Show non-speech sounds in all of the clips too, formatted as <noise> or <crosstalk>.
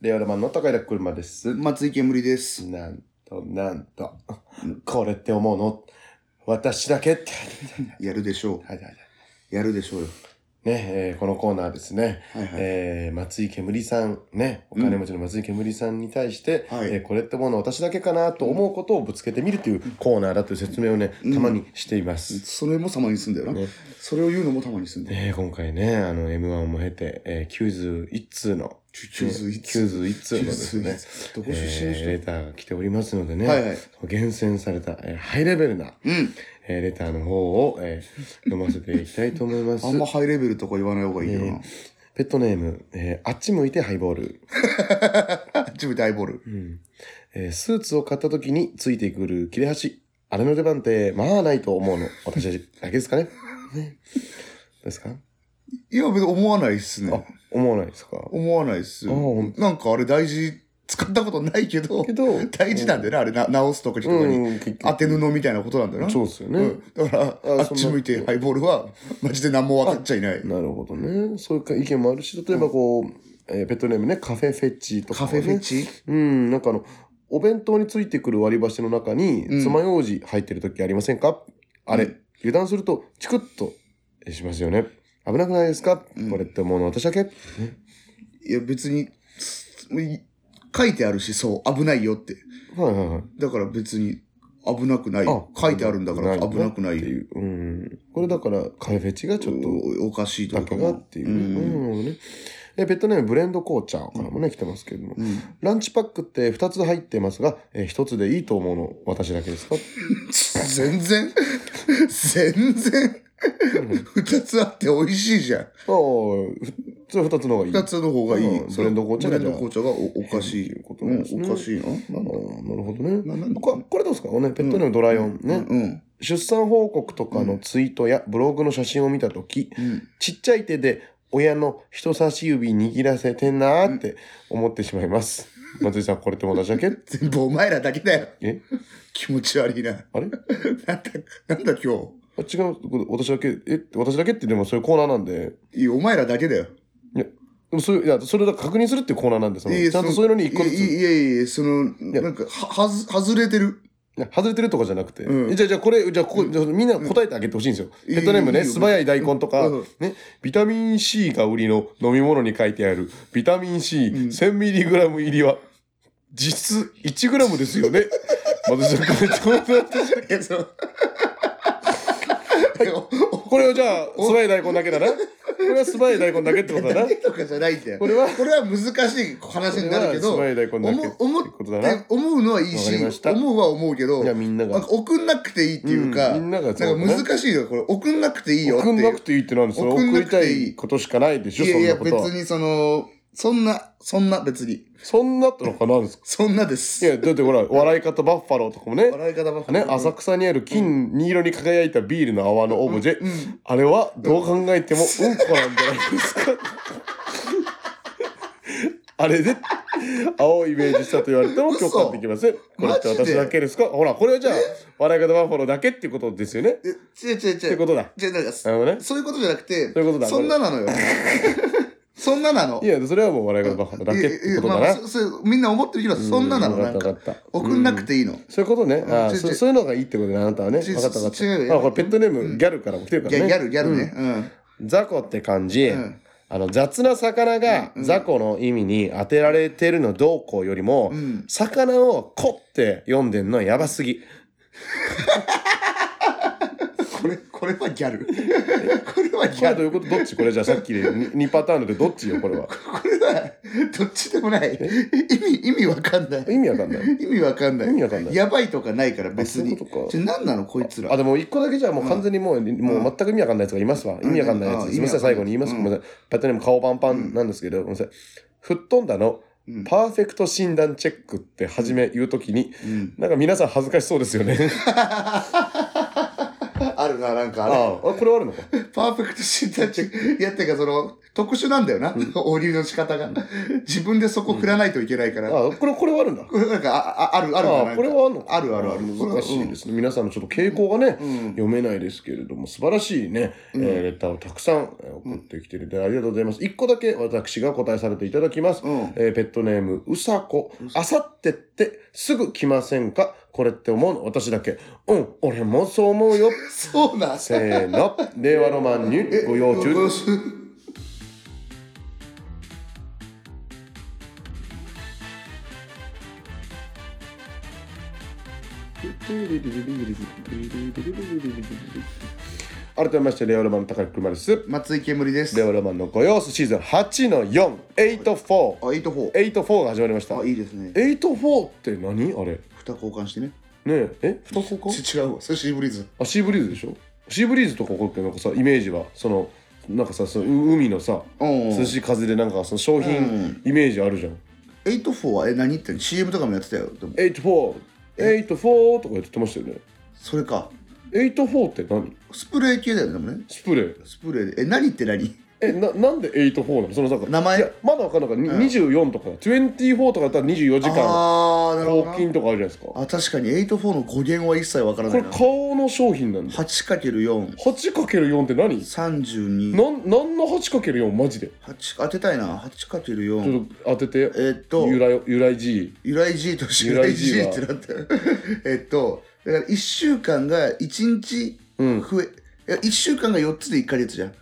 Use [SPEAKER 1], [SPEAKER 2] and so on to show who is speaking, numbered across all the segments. [SPEAKER 1] 令和ロマンの高平車です。
[SPEAKER 2] 松井煙です。
[SPEAKER 1] なんと、なんと、これって思うの私だけって。
[SPEAKER 2] やるでしょ。
[SPEAKER 1] はいはいはいう
[SPEAKER 2] やるでしょうよ。
[SPEAKER 1] ね、えーこのコーナーですね、
[SPEAKER 2] はいはい。
[SPEAKER 1] えー松井けむりさん、ね、お金持ちの松井けむりさんに対して、
[SPEAKER 2] はい
[SPEAKER 1] えーこれって思うの私だけかなと思うことをぶつけてみるというコーナーだという説明をね、
[SPEAKER 2] うん
[SPEAKER 1] たまにしています。
[SPEAKER 2] それもたまにすんだよな。
[SPEAKER 1] ね
[SPEAKER 2] それを言うのもたまにすんだよ。
[SPEAKER 1] えー今回ね、あの、M1 も経て、えー、91通の、
[SPEAKER 2] ちゅちゅずいつ。
[SPEAKER 1] 91通のですね、
[SPEAKER 2] どこ出身の
[SPEAKER 1] えー
[SPEAKER 2] 人、
[SPEAKER 1] レターが来ておりますのでね、
[SPEAKER 2] はいはい。
[SPEAKER 1] 厳選された、えーハイレベルな、
[SPEAKER 2] うん。
[SPEAKER 1] えーレターの方を、えー読ませていきたいと思い
[SPEAKER 2] <laughs>
[SPEAKER 1] ます
[SPEAKER 2] あ。んまハイレベルとか言わない方がいいよな
[SPEAKER 1] ね。ペットネーム、えーあっち向いてハイボール、
[SPEAKER 2] あ自分でアイボール。
[SPEAKER 1] うんえースーツを買った時についてくる切れ端。あれの出番って、まあないと思うの。私だけです
[SPEAKER 2] <laughs>
[SPEAKER 1] かね。ねですか
[SPEAKER 2] いや、別に思わないっす
[SPEAKER 1] あ
[SPEAKER 2] ね。、
[SPEAKER 1] 思わないですか
[SPEAKER 2] 思わないっす
[SPEAKER 1] あほん。
[SPEAKER 2] なんかあれ大事、使ったことないけど
[SPEAKER 1] け、ど、
[SPEAKER 2] <laughs> 大事なんだよな、あれな、直すとかちょっとかに。
[SPEAKER 1] うん、結局
[SPEAKER 2] 当て布みたいなことなんだよな。
[SPEAKER 1] そうですよね。
[SPEAKER 2] うんだから、
[SPEAKER 1] あ
[SPEAKER 2] あっち向い
[SPEAKER 1] そ
[SPEAKER 2] て
[SPEAKER 1] んな
[SPEAKER 2] ハイボールは、マジで何も分かっちゃいない。
[SPEAKER 1] なるほどね。そういう意見もあるし、例えばこう、えーペットネームね、カフェフェッチとか、
[SPEAKER 2] カ
[SPEAKER 1] ね。
[SPEAKER 2] フェフェチ
[SPEAKER 1] うん、なんかあの、お弁当についてくる割り箸の中に、
[SPEAKER 2] うん
[SPEAKER 1] 爪楊枝入ってる時ありませんかあれ、
[SPEAKER 2] うん
[SPEAKER 1] 油断すると、チクッとしますよね。危なくないですか、
[SPEAKER 2] うん
[SPEAKER 1] これって思うの私だけ
[SPEAKER 2] いや、別に、すい書いてあるし、そう、危ないよって。
[SPEAKER 1] はいはいはい。
[SPEAKER 2] だから別に、危なくない。書いてあるんだから、危なくない
[SPEAKER 1] って
[SPEAKER 2] よ。
[SPEAKER 1] いう。うん。これだから、カフェフェチがちょっと、
[SPEAKER 2] おおかしいと
[SPEAKER 1] だ
[SPEAKER 2] か
[SPEAKER 1] け
[SPEAKER 2] も
[SPEAKER 1] がっていう。
[SPEAKER 2] うん
[SPEAKER 1] うん、ね。え、ペットネームブレンド紅茶からもね、来てますけれども。
[SPEAKER 2] うん
[SPEAKER 1] ランチパックって2つ入ってますが、え1つでいいと思うの私だけですか
[SPEAKER 2] 全然、全然、二つあって美味しいじゃん。
[SPEAKER 1] ああ、ふそれは2つの方がいい。
[SPEAKER 2] 二つの方がいい
[SPEAKER 1] うん。
[SPEAKER 2] そ
[SPEAKER 1] ブレ
[SPEAKER 2] れ
[SPEAKER 1] ンド紅茶
[SPEAKER 2] ブ
[SPEAKER 1] が
[SPEAKER 2] レンド紅茶がおおかしい。
[SPEAKER 1] いうこと
[SPEAKER 2] う
[SPEAKER 1] なん
[SPEAKER 2] ん
[SPEAKER 1] ですね、
[SPEAKER 2] おかしいな。
[SPEAKER 1] ああ
[SPEAKER 2] なんだ
[SPEAKER 1] なるほどね。
[SPEAKER 2] ななんだ
[SPEAKER 1] これこれどうですかね、ペットネームドライオン、ね、
[SPEAKER 2] うん。
[SPEAKER 1] 出産報告とかのツイートやブログの写真を見たとき、
[SPEAKER 2] うん。
[SPEAKER 1] ちっちゃい手で親の人差し指握らせてんなーって思ってしまいます。松井さん、これって私だけ
[SPEAKER 2] 全部お前らだけだよ。
[SPEAKER 1] え
[SPEAKER 2] 気持ち悪いな。
[SPEAKER 1] あれ
[SPEAKER 2] なんだ、なんだ今日。
[SPEAKER 1] あ違う、私だけ、え、私だけってでもそういうコーナーなんで。
[SPEAKER 2] いやお前らだけだよ。
[SPEAKER 1] でもそういういやそれを確認するっていうコーナーなんでその
[SPEAKER 2] いや
[SPEAKER 1] ちゃんと
[SPEAKER 2] その
[SPEAKER 1] そういうのに一個ず
[SPEAKER 2] いい
[SPEAKER 1] つ
[SPEAKER 2] いやいやいや、その、
[SPEAKER 1] や
[SPEAKER 2] なんか、は、はず、外れてる。
[SPEAKER 1] いや外れてるとかじゃなくて、
[SPEAKER 2] うん
[SPEAKER 1] えじゃあじゃあこれじゃあここ、じゃあみんな答えてあげてほしいんですよ、
[SPEAKER 2] うん
[SPEAKER 1] ペットネームね
[SPEAKER 2] いいよ
[SPEAKER 1] 素早い大根とか、
[SPEAKER 2] <laughs> うん
[SPEAKER 1] ね、ビタミン C が売りの飲み物に書いてあるビタミン C1000mg 入りは実質 1g です
[SPEAKER 2] <laughs>
[SPEAKER 1] よね松井さんこれちょっと待って
[SPEAKER 2] いや、その、
[SPEAKER 1] これをじゃあ素早い大根だけだなこれは素早い大根だけってことだな
[SPEAKER 2] だけとかじゃないんだよ。
[SPEAKER 1] これは
[SPEAKER 2] <laughs> これは難しい話になるけど、
[SPEAKER 1] これは素早い大根だけ
[SPEAKER 2] 思う思
[SPEAKER 1] ってことだな
[SPEAKER 2] って思うのはいい
[SPEAKER 1] わかりまし
[SPEAKER 2] し、
[SPEAKER 1] た
[SPEAKER 2] 思うは思うけど、
[SPEAKER 1] じゃあ
[SPEAKER 2] な
[SPEAKER 1] みんなんが
[SPEAKER 2] か送んなくていいっていうか、
[SPEAKER 1] うんみんながそうだ
[SPEAKER 2] な
[SPEAKER 1] ね
[SPEAKER 2] んか難しいよ、これ。送んなくていいよって
[SPEAKER 1] 送ん
[SPEAKER 2] い
[SPEAKER 1] な
[SPEAKER 2] う
[SPEAKER 1] く。ていいってなんですよ
[SPEAKER 2] 送ん
[SPEAKER 1] 送
[SPEAKER 2] な
[SPEAKER 1] り
[SPEAKER 2] くていい
[SPEAKER 1] たいことしかないでしょ
[SPEAKER 2] いやいや、
[SPEAKER 1] そんな
[SPEAKER 2] 別
[SPEAKER 1] ことは
[SPEAKER 2] にその、そんな、そんな別に。
[SPEAKER 1] そんなとのかなんですか
[SPEAKER 2] そんないで
[SPEAKER 1] い
[SPEAKER 2] す。
[SPEAKER 1] やだってほら笑い方バッファローとかもね
[SPEAKER 2] 笑い方ばっかり
[SPEAKER 1] ね、浅草にある金色に輝いたビールの泡のオブジェ、
[SPEAKER 2] うん
[SPEAKER 1] あれはどう考えてもうんこなんじゃないですか <laughs> あれで青をイメージしたと言われても共感できませんこれって
[SPEAKER 2] マジ
[SPEAKER 1] 私
[SPEAKER 2] で
[SPEAKER 1] だけですかほらこれはじゃあ笑い方バッファローだけってことですよねっ
[SPEAKER 2] え違う違う違
[SPEAKER 1] て
[SPEAKER 2] う
[SPEAKER 1] こ。とだ
[SPEAKER 2] じゃあなんか、
[SPEAKER 1] なるほどね
[SPEAKER 2] そういうことじゃなくて、
[SPEAKER 1] そういうことだ
[SPEAKER 2] んななのよ。そんななの。
[SPEAKER 1] いやそれはもう笑い方バッファローだけってことだ
[SPEAKER 2] いやいやまあ
[SPEAKER 1] な
[SPEAKER 2] そそうみんな思ってるけど、そんななの。
[SPEAKER 1] うわ
[SPEAKER 2] な
[SPEAKER 1] か
[SPEAKER 2] ん
[SPEAKER 1] ったわか
[SPEAKER 2] か、
[SPEAKER 1] った
[SPEAKER 2] 送んなくていいの。
[SPEAKER 1] そういうことね。ああ
[SPEAKER 2] 違う
[SPEAKER 1] そ
[SPEAKER 2] 違う
[SPEAKER 1] そういうのがいいってことね、あなたはね。
[SPEAKER 2] 違う
[SPEAKER 1] 分かった分かった。
[SPEAKER 2] 違うよ
[SPEAKER 1] あ、これペットネーム、ギャルからも来てるか
[SPEAKER 2] ギ
[SPEAKER 1] ら
[SPEAKER 2] ャ
[SPEAKER 1] ね。
[SPEAKER 2] ギャル、ギャルね。うん。
[SPEAKER 1] 雑魚って漢字、
[SPEAKER 2] うん
[SPEAKER 1] あの、雑な魚が雑魚の意味に当てられてるのどうこうよりも、
[SPEAKER 2] うん
[SPEAKER 1] 魚をこって読んでんのやばすぎ。
[SPEAKER 2] これ、 <laughs> これはギャル。これはギ
[SPEAKER 1] これ
[SPEAKER 2] ャ
[SPEAKER 1] ど
[SPEAKER 2] ル。
[SPEAKER 1] ういうことどっちこれじゃあさっきで 2, パターンのでどっちよ、これは。
[SPEAKER 2] これは、どっちでもない。意味、意味わかんない。
[SPEAKER 1] 意味わかんない。
[SPEAKER 2] 意味わかんない。
[SPEAKER 1] 意味わかんない
[SPEAKER 2] やばいとかないから、別
[SPEAKER 1] あ
[SPEAKER 2] に。
[SPEAKER 1] そういうことか
[SPEAKER 2] じゃあ何なの、こいつら。
[SPEAKER 1] あ、でも一個だけじゃもう完全にもう、もう全く意味わかんないやつがいますわ。意味わかんないや
[SPEAKER 2] うん
[SPEAKER 1] つ。
[SPEAKER 2] うん
[SPEAKER 1] すみません、
[SPEAKER 2] 意味わかんない
[SPEAKER 1] 最後に言います。ごめんなさい。ペットネーム顔パンパンなんですけど、ごめんなさい。吹っ飛んだの、
[SPEAKER 2] うん
[SPEAKER 1] パーフェクト診断チェックって初め言うときに、
[SPEAKER 2] うん。
[SPEAKER 1] なんか皆さん恥ずかしそうですよね。
[SPEAKER 2] あるな、なんかあ
[SPEAKER 1] あ
[SPEAKER 2] れ。
[SPEAKER 1] あ、これはあるのか。
[SPEAKER 2] パーフェクト診断チェック。いや、てか、その、特殊なんだよな、お流の仕方が。自分でそこ振らないといけないから。
[SPEAKER 1] あ、これ、これはあるんだ。
[SPEAKER 2] これなんか、ああある、ある
[SPEAKER 1] あ
[SPEAKER 2] な
[SPEAKER 1] これはあるの
[SPEAKER 2] あるあるある
[SPEAKER 1] 難しいですね。皆さんのちょっと傾向がね、読めないですけれども、素晴らしいね、えーレターをたくさんえー送ってきてるで、ありがとうございます。一個だけ私が答えさせていただきます。
[SPEAKER 2] うん
[SPEAKER 1] えーペットネーム、うさこ。あさってってすぐ来ませんかこれって思うの私だけ。うん、俺もそう思うよ。
[SPEAKER 2] そうなん
[SPEAKER 1] せー <laughs> の、令和ロマンにご用 <laughs> 中。改めまして、令和ロマンの高木くまです。
[SPEAKER 2] 松井煙です。
[SPEAKER 1] 令和ロマンのご様子シーズン8の4、84。
[SPEAKER 2] あ、8-4。
[SPEAKER 1] 84が始まりました。
[SPEAKER 2] あ、いいですね。
[SPEAKER 1] 84って何あれね
[SPEAKER 2] 蓋交換してね。
[SPEAKER 1] え、え、二つか
[SPEAKER 2] ち違うわ。それシーブリーズ。
[SPEAKER 1] あ、シーブリーズでしょシーブリーズとかこうってなんかさ、イメージは、その、なんかさ、そのう海のさ、
[SPEAKER 2] うん
[SPEAKER 1] 涼しい風でなんかその商品イメージあるじゃん。
[SPEAKER 2] 8-4は、え、何言ってんの ?CM とかもやってたよ。でも、
[SPEAKER 1] 84、84とかやってましたよね。
[SPEAKER 2] それか。
[SPEAKER 1] 84って何
[SPEAKER 2] スプレー系だよね、でもね。
[SPEAKER 1] スプレー。
[SPEAKER 2] スプレーで。え、何って何
[SPEAKER 1] え、な、なんで84なのそのなんか、
[SPEAKER 2] 名前
[SPEAKER 1] いや、まだわかんないから、に24とか、24とかだったら24時間、
[SPEAKER 2] あー、なるほど
[SPEAKER 1] 抗
[SPEAKER 2] な。
[SPEAKER 1] 菌とかあるじゃないですか。こ
[SPEAKER 2] あ、確かに8-4の語源は一切わからな
[SPEAKER 1] れ
[SPEAKER 2] いな。
[SPEAKER 1] 顔の商品なんだ。
[SPEAKER 2] 8×4。
[SPEAKER 1] 8×4 って何
[SPEAKER 2] 32。
[SPEAKER 1] なん、なんの 8×4 マジで。
[SPEAKER 2] 8当てたいな。8×4。
[SPEAKER 1] ちょっと当てて。
[SPEAKER 2] えーっと、
[SPEAKER 1] 由来、由来 G。
[SPEAKER 2] 由来 G として由
[SPEAKER 1] 由
[SPEAKER 2] 来
[SPEAKER 1] 来 G
[SPEAKER 2] G っ
[SPEAKER 1] は
[SPEAKER 2] てなってる <laughs> えっと、だから1週間が1日増え、いや1週間が4つで1ヶ月じゃん。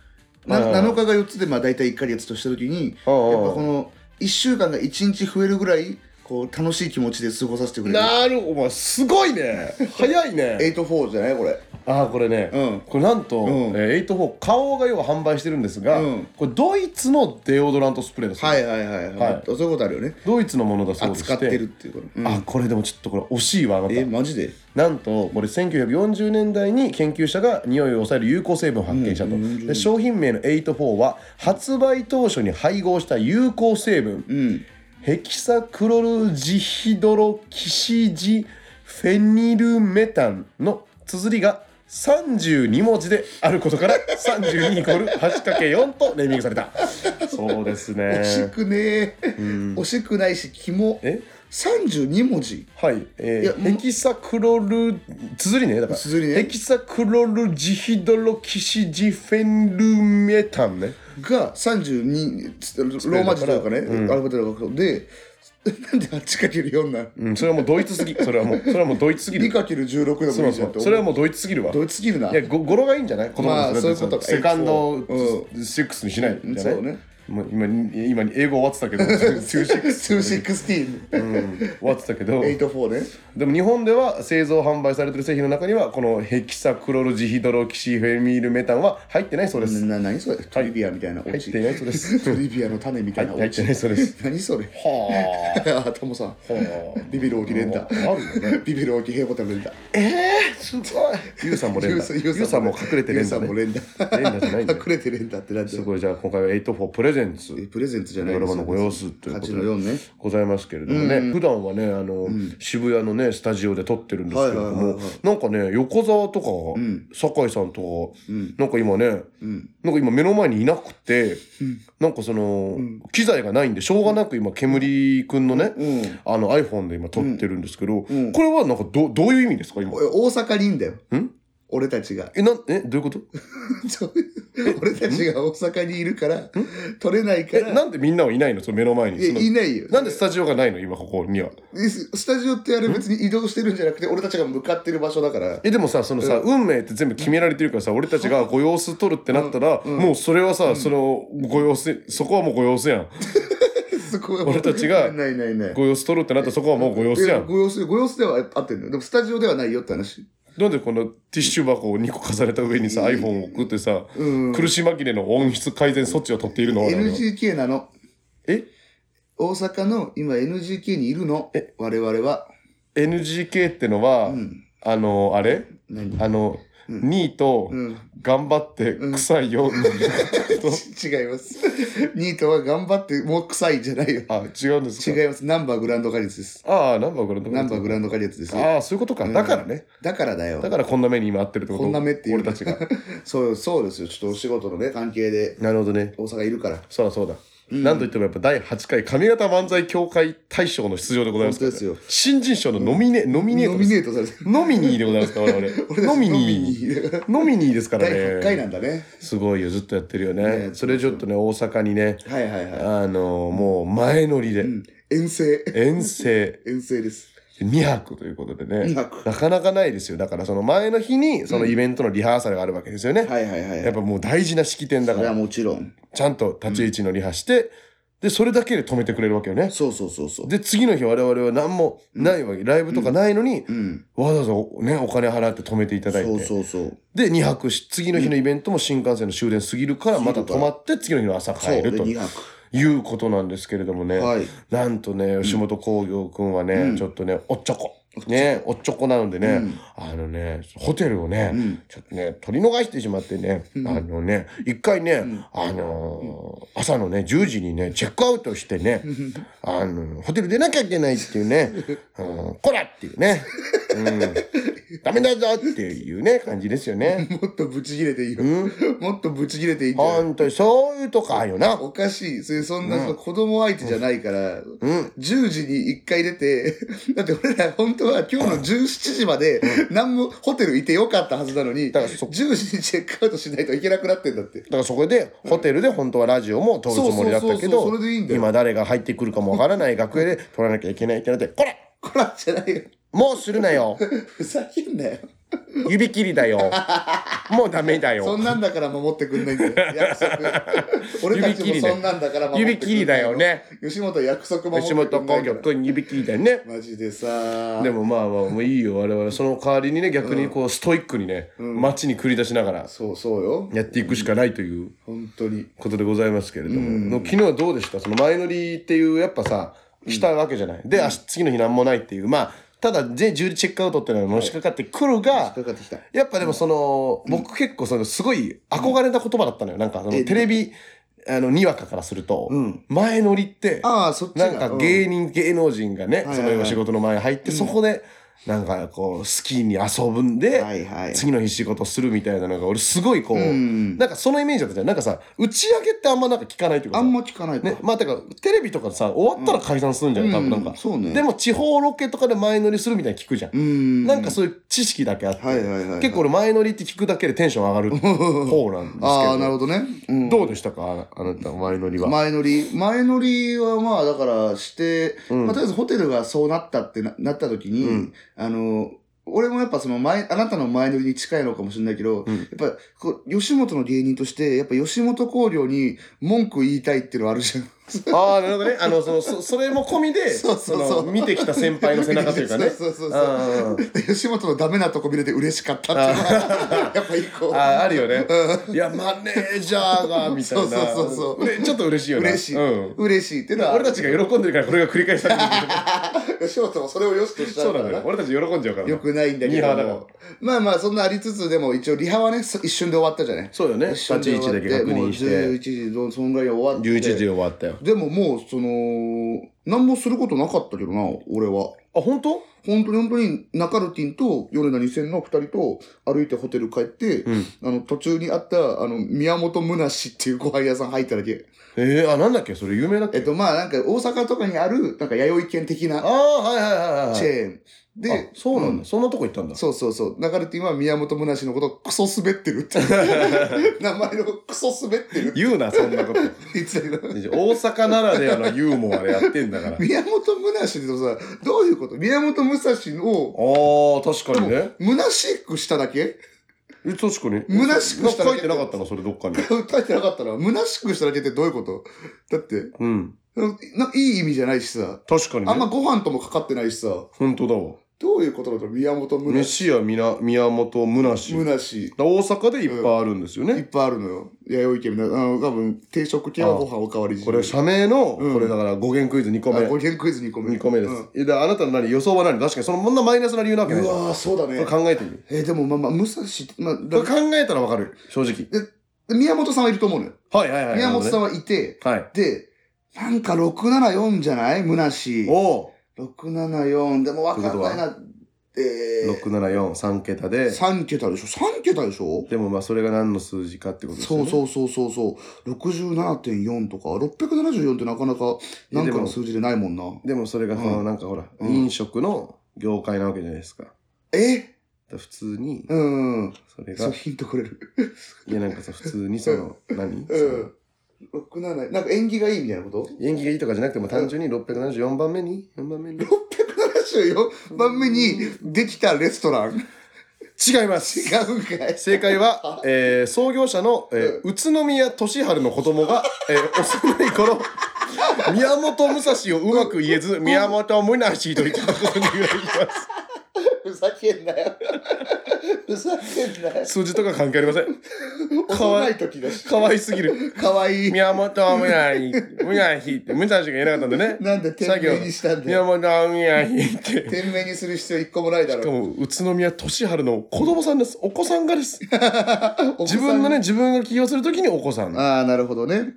[SPEAKER 2] な
[SPEAKER 1] はいはい
[SPEAKER 2] 7日が4つでまあ大体1ヶ月としたときに、やっぱ
[SPEAKER 1] うんうんうん
[SPEAKER 2] この1週間が1日増えるぐらい、こう楽しい気持ちで過ごさせてくれる。
[SPEAKER 1] なる、お前、すごいね。早い <laughs> ね。
[SPEAKER 2] 8-4じゃないこれ。
[SPEAKER 1] ああ、これね、
[SPEAKER 2] うん
[SPEAKER 1] これなんと、
[SPEAKER 2] ん
[SPEAKER 1] えー、84、顔が要は販売してるんですが、
[SPEAKER 2] うん
[SPEAKER 1] これドイツのデオドラントスプレーです、
[SPEAKER 2] はいはいはいはい。
[SPEAKER 1] はい
[SPEAKER 2] そういうことあるよね。
[SPEAKER 1] ドイツのものだそうでして。
[SPEAKER 2] 扱ってるっていうこと。うん
[SPEAKER 1] あ、これでもちょっとこれ惜しいわ、あなた
[SPEAKER 2] え、マジで
[SPEAKER 1] なんとこれ1940年代に研究者が匂いを抑える有効成分を発見したと、で商品名の84は発売当初に配合した有効成分、
[SPEAKER 2] うん。
[SPEAKER 1] ヘキサクロルジヒドロキシジフェニルメタンの綴りが32文字であることから32イコール 8×4 とネーミングされ
[SPEAKER 2] <laughs>
[SPEAKER 1] たそうです
[SPEAKER 2] 惜し
[SPEAKER 1] ね
[SPEAKER 2] くねえ。惜しくないし、キモ。
[SPEAKER 1] え
[SPEAKER 2] 32文字
[SPEAKER 1] はい、えー
[SPEAKER 2] いやもう
[SPEAKER 1] ヘキサクロル綴りねだから
[SPEAKER 2] 綴りね
[SPEAKER 1] ヘキサクロルジヒドロキシジフェンルメタンね
[SPEAKER 2] が32つローマ字というかね、アルファベットとかでなんで 8×4 なの
[SPEAKER 1] うんそれはもうドイツすぎ <laughs> それはもうそれはもうドイツすぎる
[SPEAKER 2] 2×16 で
[SPEAKER 1] そ
[SPEAKER 2] もいういじ
[SPEAKER 1] そ
[SPEAKER 2] ゃ
[SPEAKER 1] う
[SPEAKER 2] んって思う
[SPEAKER 1] それはもうドイツすぎるわ
[SPEAKER 2] ドイツ切るない
[SPEAKER 1] やご語呂がいいんじゃない子供
[SPEAKER 2] まあ
[SPEAKER 1] の
[SPEAKER 2] そういうことか
[SPEAKER 1] セカンド
[SPEAKER 2] う
[SPEAKER 1] 6にしないんじゃない、
[SPEAKER 2] そうね
[SPEAKER 1] もう今今に英語終わってたけど
[SPEAKER 2] <laughs>
[SPEAKER 1] 26
[SPEAKER 2] 21684
[SPEAKER 1] 終わってたけど
[SPEAKER 2] ね
[SPEAKER 1] でも日本では製造販売されてる製品の中にはこのヘキサクロルジヒドロキシフェミールメタンは入ってないそうです、
[SPEAKER 2] な何それトリビアみたいなオ
[SPEAKER 1] 入っ
[SPEAKER 2] チ
[SPEAKER 1] ていないそうです
[SPEAKER 2] トリビアの種みたいな
[SPEAKER 1] 入
[SPEAKER 2] オ
[SPEAKER 1] って
[SPEAKER 2] チ
[SPEAKER 1] ないそうです
[SPEAKER 2] 何それ <laughs>
[SPEAKER 1] は
[SPEAKER 2] あトモさんビビる起き連打
[SPEAKER 1] あるよね
[SPEAKER 2] ビビる起き平凡た連打
[SPEAKER 1] すごいゆうさんも連打
[SPEAKER 2] ユ
[SPEAKER 1] ゆうさんも隠れて
[SPEAKER 2] ユウ
[SPEAKER 1] 連
[SPEAKER 2] さ
[SPEAKER 1] 打
[SPEAKER 2] んも
[SPEAKER 1] ね <laughs>
[SPEAKER 2] 連打
[SPEAKER 1] 連打じゃないんだ
[SPEAKER 2] 隠
[SPEAKER 1] よ
[SPEAKER 2] れて連打ってなんて
[SPEAKER 1] すごいじゃあ今回は84プレゼンツ
[SPEAKER 2] プレゼントじゃない
[SPEAKER 1] ドラマのご様子ということ
[SPEAKER 2] 8
[SPEAKER 1] で
[SPEAKER 2] の4ね
[SPEAKER 1] ございますけれどもね、普段はねあの、渋谷のねスタジオで撮ってるんですけれど
[SPEAKER 2] はいはい
[SPEAKER 1] も
[SPEAKER 2] はいはい
[SPEAKER 1] なんかね横澤とか、酒井さんとか、なんか今ね、なんか今目の前にいなくて、なんかその、機材がないんでしょうがなく今煙くんのね、
[SPEAKER 2] ん
[SPEAKER 1] あの iPhone で今撮ってるんですけど、これはなんかどどういう意味ですか今
[SPEAKER 2] お大阪にいんだよ
[SPEAKER 1] ん
[SPEAKER 2] 俺たちが <laughs>
[SPEAKER 1] えなんえどういうこと
[SPEAKER 2] そう俺たちが大阪にいるから取れないか
[SPEAKER 1] え
[SPEAKER 2] ら
[SPEAKER 1] なんでみんなはいないのその目の前に
[SPEAKER 2] いや
[SPEAKER 1] その
[SPEAKER 2] いないよ
[SPEAKER 1] なんでスタジオがないの今ここには
[SPEAKER 2] ススタジオってあれ別に移動してるんじゃなくて俺たちが向かってる場所だから
[SPEAKER 1] えでもさそのさ、運命って全部決められてるからさ俺たちがご様子取るってなったら、もうそれはさ、そのご様子そこはもうご様子やん
[SPEAKER 2] そこは
[SPEAKER 1] 俺たちが
[SPEAKER 2] <laughs> ないないない
[SPEAKER 1] ご様子取るってなったらそこはもうご様子や
[SPEAKER 2] や
[SPEAKER 1] ん
[SPEAKER 2] ご様子ご様子では合ってるのよでもスタジオではないよって話
[SPEAKER 1] なんでこのティッシュ箱を2個重ねた上にさ iPhone を送ってさ、苦し紛れの音質改善措置を取っているのは俺は
[SPEAKER 2] NGK なの
[SPEAKER 1] え
[SPEAKER 2] 大阪の今 NGK にいるの我々は
[SPEAKER 1] NGK ってのは、あのあれ
[SPEAKER 2] 何
[SPEAKER 1] あの
[SPEAKER 2] うん
[SPEAKER 1] 2位と
[SPEAKER 2] うん、
[SPEAKER 1] 頑張って臭いよ、
[SPEAKER 2] ち <laughs> 違います。ニートは頑張って、もう臭いじゃないよ。
[SPEAKER 1] あ違うんですか
[SPEAKER 2] 違います。ナンバーグランド花率です。
[SPEAKER 1] ああナンバーグランド
[SPEAKER 2] ナンバーグランド花率ですよ。
[SPEAKER 1] ああそういうことか、
[SPEAKER 2] うん
[SPEAKER 1] だからね
[SPEAKER 2] だからだよ。
[SPEAKER 1] だからこんな目に今合ってるってこと
[SPEAKER 2] こんな目っていう
[SPEAKER 1] 俺た
[SPEAKER 2] <laughs>
[SPEAKER 1] ちが
[SPEAKER 2] そう、そうですよ。ちょっとお仕事のね、関係で
[SPEAKER 1] なるほどね
[SPEAKER 2] 大阪いるから。
[SPEAKER 1] そうだそうだ、
[SPEAKER 2] うん
[SPEAKER 1] なんといってもやっぱ第8回上方漫才協会大賞の出場でございますから、
[SPEAKER 2] 本当ですよ
[SPEAKER 1] 新人賞のノミネ、ノミネー
[SPEAKER 2] ノ
[SPEAKER 1] ト
[SPEAKER 2] ミ
[SPEAKER 1] です
[SPEAKER 2] ネートされてる。 <laughs>
[SPEAKER 1] ノミニーでございますから我
[SPEAKER 2] 俺たち
[SPEAKER 1] 々ノミニー
[SPEAKER 2] ノミニー。
[SPEAKER 1] ノミニーですから
[SPEAKER 2] 第
[SPEAKER 1] ね
[SPEAKER 2] 8回なんだね。
[SPEAKER 1] すごいよずっとやってるよね
[SPEAKER 2] ね
[SPEAKER 1] それちょっとね大阪にね
[SPEAKER 2] はいはいはい。
[SPEAKER 1] あのもう前乗りで
[SPEAKER 2] うん。遠征。
[SPEAKER 1] 遠征
[SPEAKER 2] 遠征です。
[SPEAKER 1] 2泊ということでね
[SPEAKER 2] 二泊
[SPEAKER 1] なかなかないですよだからその前の日にそのイベントのリハーサルがあるわけですよね、
[SPEAKER 2] はいはいはい。
[SPEAKER 1] やっぱもう大事な式典だ
[SPEAKER 2] そ
[SPEAKER 1] か
[SPEAKER 2] れは
[SPEAKER 1] ら
[SPEAKER 2] もちろん。
[SPEAKER 1] ちゃんと立ち位置のリハして、でそれだけで止めてくれるわけよね
[SPEAKER 2] そうそうそうそう。
[SPEAKER 1] で次の日我々は何もないわけ、ライブとかないのに、
[SPEAKER 2] うん。
[SPEAKER 1] わざわざおねお金払って止めていただいて
[SPEAKER 2] そうそうそう。
[SPEAKER 1] で2泊し次の日のイベントも新幹線の終電過ぎるからまた泊まって次の日の朝
[SPEAKER 2] そう。
[SPEAKER 1] 帰
[SPEAKER 2] で、
[SPEAKER 1] ると
[SPEAKER 2] 2泊。
[SPEAKER 1] いうことなんですけれどもね、
[SPEAKER 2] はい。
[SPEAKER 1] なんとね吉本興業くんはね、
[SPEAKER 2] うん
[SPEAKER 1] ちょっとねおっちょこねおっちょこなのでね、
[SPEAKER 2] うん
[SPEAKER 1] あのねホテルをね、
[SPEAKER 2] うん
[SPEAKER 1] ちょっとね取り逃してしまってね、
[SPEAKER 2] うん
[SPEAKER 1] あのね一回ね、あのー朝のね10時にねチェックアウトしてね、あのホテル出なきゃいけないっていう
[SPEAKER 2] <laughs>
[SPEAKER 1] ね「うん、こら!」っていうね。うん、ダメだぞっていうね感じですよね。
[SPEAKER 2] もっとブチ切れていいよ。 <laughs> もっとブチ切 <laughs> れていいんじゃない
[SPEAKER 1] ほんとそういうとこあるよな。
[SPEAKER 2] おかしい。それそんな、その子供相手じゃないから、
[SPEAKER 1] うん、
[SPEAKER 2] 10時に1回出て、 <laughs> だって俺ら本当は今日の17時まで、何もホテルいてよかったはずなのに、
[SPEAKER 1] だからそ
[SPEAKER 2] 10時にチェックアウトしないといけなくなってんだって。
[SPEAKER 1] だからそこでホテルで本当はラジオも撮るつもりだったけ
[SPEAKER 2] そうそうそうそう
[SPEAKER 1] ど
[SPEAKER 2] それでいいんだよ
[SPEAKER 1] 今誰が入ってくるかもわからない楽屋で撮らなきゃいけないってなって「こら
[SPEAKER 2] こらじゃないよ。
[SPEAKER 1] もうするな
[SPEAKER 2] <laughs>
[SPEAKER 1] よ
[SPEAKER 2] ふざけんなよ。
[SPEAKER 1] 指切りだよもうダメだ
[SPEAKER 2] そ
[SPEAKER 1] よ
[SPEAKER 2] んなんだから守ってくんない
[SPEAKER 1] <laughs>
[SPEAKER 2] んだよ。約束。俺たちもそんなんだから守ってくんない。
[SPEAKER 1] 指切りだよね。
[SPEAKER 2] 吉本約束守って
[SPEAKER 1] 吉
[SPEAKER 2] くんないか
[SPEAKER 1] 本
[SPEAKER 2] ら。
[SPEAKER 1] 興業くん指切りだよね
[SPEAKER 2] マジでさ。
[SPEAKER 1] でもまあまあもういいよ我々その代わりにね逆にこうストイックにね街に繰り出しながら
[SPEAKER 2] そうそうよ。
[SPEAKER 1] やっていくしかないという
[SPEAKER 2] 本当に。
[SPEAKER 1] ことでございますけれども昨日はどうでしたその前乗りっていうやっぱさ来たわけじゃないで明日次の日なんもないっていうまあただで10チェックアウトっていうのはのしかかってくるが
[SPEAKER 2] かかってきた。
[SPEAKER 1] やっぱでもその、僕結構そのすごい憧れた言葉だったのよ。なんかその
[SPEAKER 2] え
[SPEAKER 1] テレビ、あの、にわかからすると、
[SPEAKER 2] うん
[SPEAKER 1] 前乗りって、
[SPEAKER 2] ああ、そっち
[SPEAKER 1] な
[SPEAKER 2] が
[SPEAKER 1] んか芸人、芸能人がね、
[SPEAKER 2] はいはい
[SPEAKER 1] その今仕事の前入って、そこで、なんかこう、スキーに遊ぶんで、
[SPEAKER 2] はいはい
[SPEAKER 1] 次の日仕事するみたいなのが、俺すごいこう、
[SPEAKER 2] ん
[SPEAKER 1] なんかそのイメージだったじゃん。なんかさ、打ち上げってあんまなんか聞かないっていうか
[SPEAKER 2] あ
[SPEAKER 1] さ
[SPEAKER 2] んま聞かないか。
[SPEAKER 1] ね、まあだからテレビとかさ終わったら解散するんじゃない、
[SPEAKER 2] うん
[SPEAKER 1] 多分なんか、
[SPEAKER 2] そうね
[SPEAKER 1] でも地方ロケとかで前乗りするみたいなの聞くじゃん、
[SPEAKER 2] うん。
[SPEAKER 1] なんかそういう知識だけあって、
[SPEAKER 2] はいはいはい。
[SPEAKER 1] 結構俺前乗りって聞くだけでテンション上がる方なんですけど
[SPEAKER 2] ああ、なるほどね。うん
[SPEAKER 1] どうでしたかあなた前乗りは、
[SPEAKER 2] 前乗り。前乗りはまあ、だからして、
[SPEAKER 1] うん
[SPEAKER 2] まあ、とりあえずホテルがそうなったってななった時に、
[SPEAKER 1] うん
[SPEAKER 2] あの、俺もやっぱその前、あなたの前乗りに近いのかもしれないけど、
[SPEAKER 1] うん
[SPEAKER 2] やっぱこう、吉本の芸人として、やっぱ吉本興業に文句言いたいっていうのあるじゃん。
[SPEAKER 1] ああなるほどね <laughs> あのそのそそれも込みで
[SPEAKER 2] そうそうそう
[SPEAKER 1] の見てきた先輩の背中というかね
[SPEAKER 2] <laughs> そうそうそう
[SPEAKER 1] あ
[SPEAKER 2] そ
[SPEAKER 1] ー
[SPEAKER 2] う。で吉本のダメなとこ見れて嬉しかったっていうのが、やっぱ一個。
[SPEAKER 1] あああるよねいやマネージャーがみたいな
[SPEAKER 2] そうそうそうそう
[SPEAKER 1] うれちょっと嬉しいよね
[SPEAKER 2] 嬉しい、
[SPEAKER 1] うん、
[SPEAKER 2] 嬉しいっていうのは
[SPEAKER 1] <laughs> 俺たちが喜んでるからこれが繰り返されてるけ
[SPEAKER 2] 吉本もそれを良しとし
[SPEAKER 1] ど
[SPEAKER 2] た
[SPEAKER 1] そう
[SPEAKER 2] か
[SPEAKER 1] な
[SPEAKER 2] ら
[SPEAKER 1] の
[SPEAKER 2] な
[SPEAKER 1] よ俺たち喜んじゃうからな
[SPEAKER 2] よくないんだけ
[SPEAKER 1] ミーハー
[SPEAKER 2] ど
[SPEAKER 1] だから
[SPEAKER 2] もまあまあそんなありつつでも一応リハはねそ一瞬で終わったじゃない
[SPEAKER 1] そうよね
[SPEAKER 2] 一
[SPEAKER 1] 立
[SPEAKER 2] 瞬
[SPEAKER 1] ち
[SPEAKER 2] で
[SPEAKER 1] 位置
[SPEAKER 2] 終わ
[SPEAKER 1] だ
[SPEAKER 2] っ
[SPEAKER 1] け
[SPEAKER 2] て
[SPEAKER 1] 確認
[SPEAKER 2] もう
[SPEAKER 1] して
[SPEAKER 2] 11時どそんぐらいに終わって
[SPEAKER 1] 11時で終わったよ
[SPEAKER 2] でももうその何もすることなかったけどな俺は
[SPEAKER 1] あ本当
[SPEAKER 2] 本当に本当に中ルティンと米田2000の2人と歩いてホテル帰って、
[SPEAKER 1] うん
[SPEAKER 2] あの途中にあったあの宮本むなしっていうご飯屋さん入っただけ
[SPEAKER 1] えー、あなんだっけそれ有名だっけ
[SPEAKER 2] えっとまあなんか大阪とかにあるなんか弥生県的
[SPEAKER 1] あ
[SPEAKER 2] な
[SPEAKER 1] あはいはいはいはい
[SPEAKER 2] チェーンで
[SPEAKER 1] あそうなんだ、
[SPEAKER 2] ん
[SPEAKER 1] そんなとこ行ったんだ
[SPEAKER 2] そうそうそう。流れて今、宮本むなしのことをクソ滑ってるって。
[SPEAKER 1] <laughs>
[SPEAKER 2] 名前のクソ滑ってるって
[SPEAKER 1] <laughs> 言うなそんな <laughs> こと
[SPEAKER 2] 言ってたけど。
[SPEAKER 1] 大阪ならではのユーモアでやってんだ <laughs> からあ
[SPEAKER 2] 宮本むなしってさ、どういうこと宮本武蔵を、
[SPEAKER 1] ー確かにね
[SPEAKER 2] むなしくしただけ
[SPEAKER 1] え確かに
[SPEAKER 2] 虚しくしただ
[SPEAKER 1] 書
[SPEAKER 2] け
[SPEAKER 1] いてなかったのそれどっかに
[SPEAKER 2] 歌ってなかったら、むなしくしただけってどういうことだって、
[SPEAKER 1] うん
[SPEAKER 2] なないい意味じゃないしさ。
[SPEAKER 1] 確かにね
[SPEAKER 2] あんまご飯ともかかってないしさ。
[SPEAKER 1] 本当だわ
[SPEAKER 2] どういうことだと宮本むなし
[SPEAKER 1] 西やみな宮本むなし
[SPEAKER 2] むなし
[SPEAKER 1] 大阪でいっぱいあるんですよ
[SPEAKER 2] いっ
[SPEAKER 1] ね、
[SPEAKER 2] ぱいあるのよ弥生県みたいなあの多分定食系はご飯おかわり自由
[SPEAKER 1] これ社名の、
[SPEAKER 2] うん
[SPEAKER 1] これだから語源クイズ2個目
[SPEAKER 2] あ語源クイズ2個目
[SPEAKER 1] 2個目です、
[SPEAKER 2] うん
[SPEAKER 1] であなたの何予想は何確かにそのそんなマイナスな理由なわけないうじゃん
[SPEAKER 2] わーそうだ
[SPEAKER 1] こ
[SPEAKER 2] ね
[SPEAKER 1] れ考えてみる
[SPEAKER 2] えーでもまあまあ武蔵ってまあ
[SPEAKER 1] これ
[SPEAKER 2] だ
[SPEAKER 1] 考えたらわかる正直
[SPEAKER 2] 宮本さんはいると思うのよ
[SPEAKER 1] はいはいはい
[SPEAKER 2] 宮本さん
[SPEAKER 1] ん
[SPEAKER 2] はいて
[SPEAKER 1] はい
[SPEAKER 2] でなんか674じゃないむなし
[SPEAKER 1] おお
[SPEAKER 2] 674でも分かんないなえー
[SPEAKER 1] 6743桁で
[SPEAKER 2] 3桁でしょ3桁でしょ
[SPEAKER 1] でもまあそれが何の数字かってことですよ
[SPEAKER 2] そ
[SPEAKER 1] ね
[SPEAKER 2] うそうそうそうそう67.4とか674ってなかなか
[SPEAKER 1] いや
[SPEAKER 2] なん
[SPEAKER 1] でも
[SPEAKER 2] かの数字でないもんな
[SPEAKER 1] でもそれがその、
[SPEAKER 2] うん
[SPEAKER 1] なんかほら、
[SPEAKER 2] うん
[SPEAKER 1] 飲食の業界なわけじゃないですかだか
[SPEAKER 2] え
[SPEAKER 1] ら普通に
[SPEAKER 2] うん
[SPEAKER 1] それが、
[SPEAKER 2] そうヒントくれる
[SPEAKER 1] いやなんかさ普通にその何、
[SPEAKER 2] う
[SPEAKER 1] そ
[SPEAKER 2] ん67なんか縁起がいいみたいなこと
[SPEAKER 1] の演技がいいとかじゃなくても単純に674番目に4番目に
[SPEAKER 2] ?674 番目にできたレストラ <laughs> ン <laughs> 違
[SPEAKER 1] 違います
[SPEAKER 2] うんかい
[SPEAKER 1] 正解は、えー創業者の、えー宇都宮俊治の子供が、えー幼い頃宮本武蔵をうまく言えず宮本むなしと言ったことに由来しま
[SPEAKER 2] ふざけんなよふざけんなよ
[SPEAKER 1] す数字とか関係ありませんかわ
[SPEAKER 2] 幼
[SPEAKER 1] い
[SPEAKER 2] い時だし
[SPEAKER 1] かわいすぎる
[SPEAKER 2] かわいい
[SPEAKER 1] 宮本むなしむなしって武蔵が言えなかったんでね
[SPEAKER 2] なんで店名にしたんだ
[SPEAKER 1] 宮
[SPEAKER 2] よ
[SPEAKER 1] 本むなしって
[SPEAKER 2] 店名にする必要一個もないだ
[SPEAKER 1] で
[SPEAKER 2] ろ
[SPEAKER 1] も宇都宮俊治の子供さんですお子さんがです自分の
[SPEAKER 2] ね
[SPEAKER 1] ね自分が起業するときにお子さん
[SPEAKER 2] ああなるほどね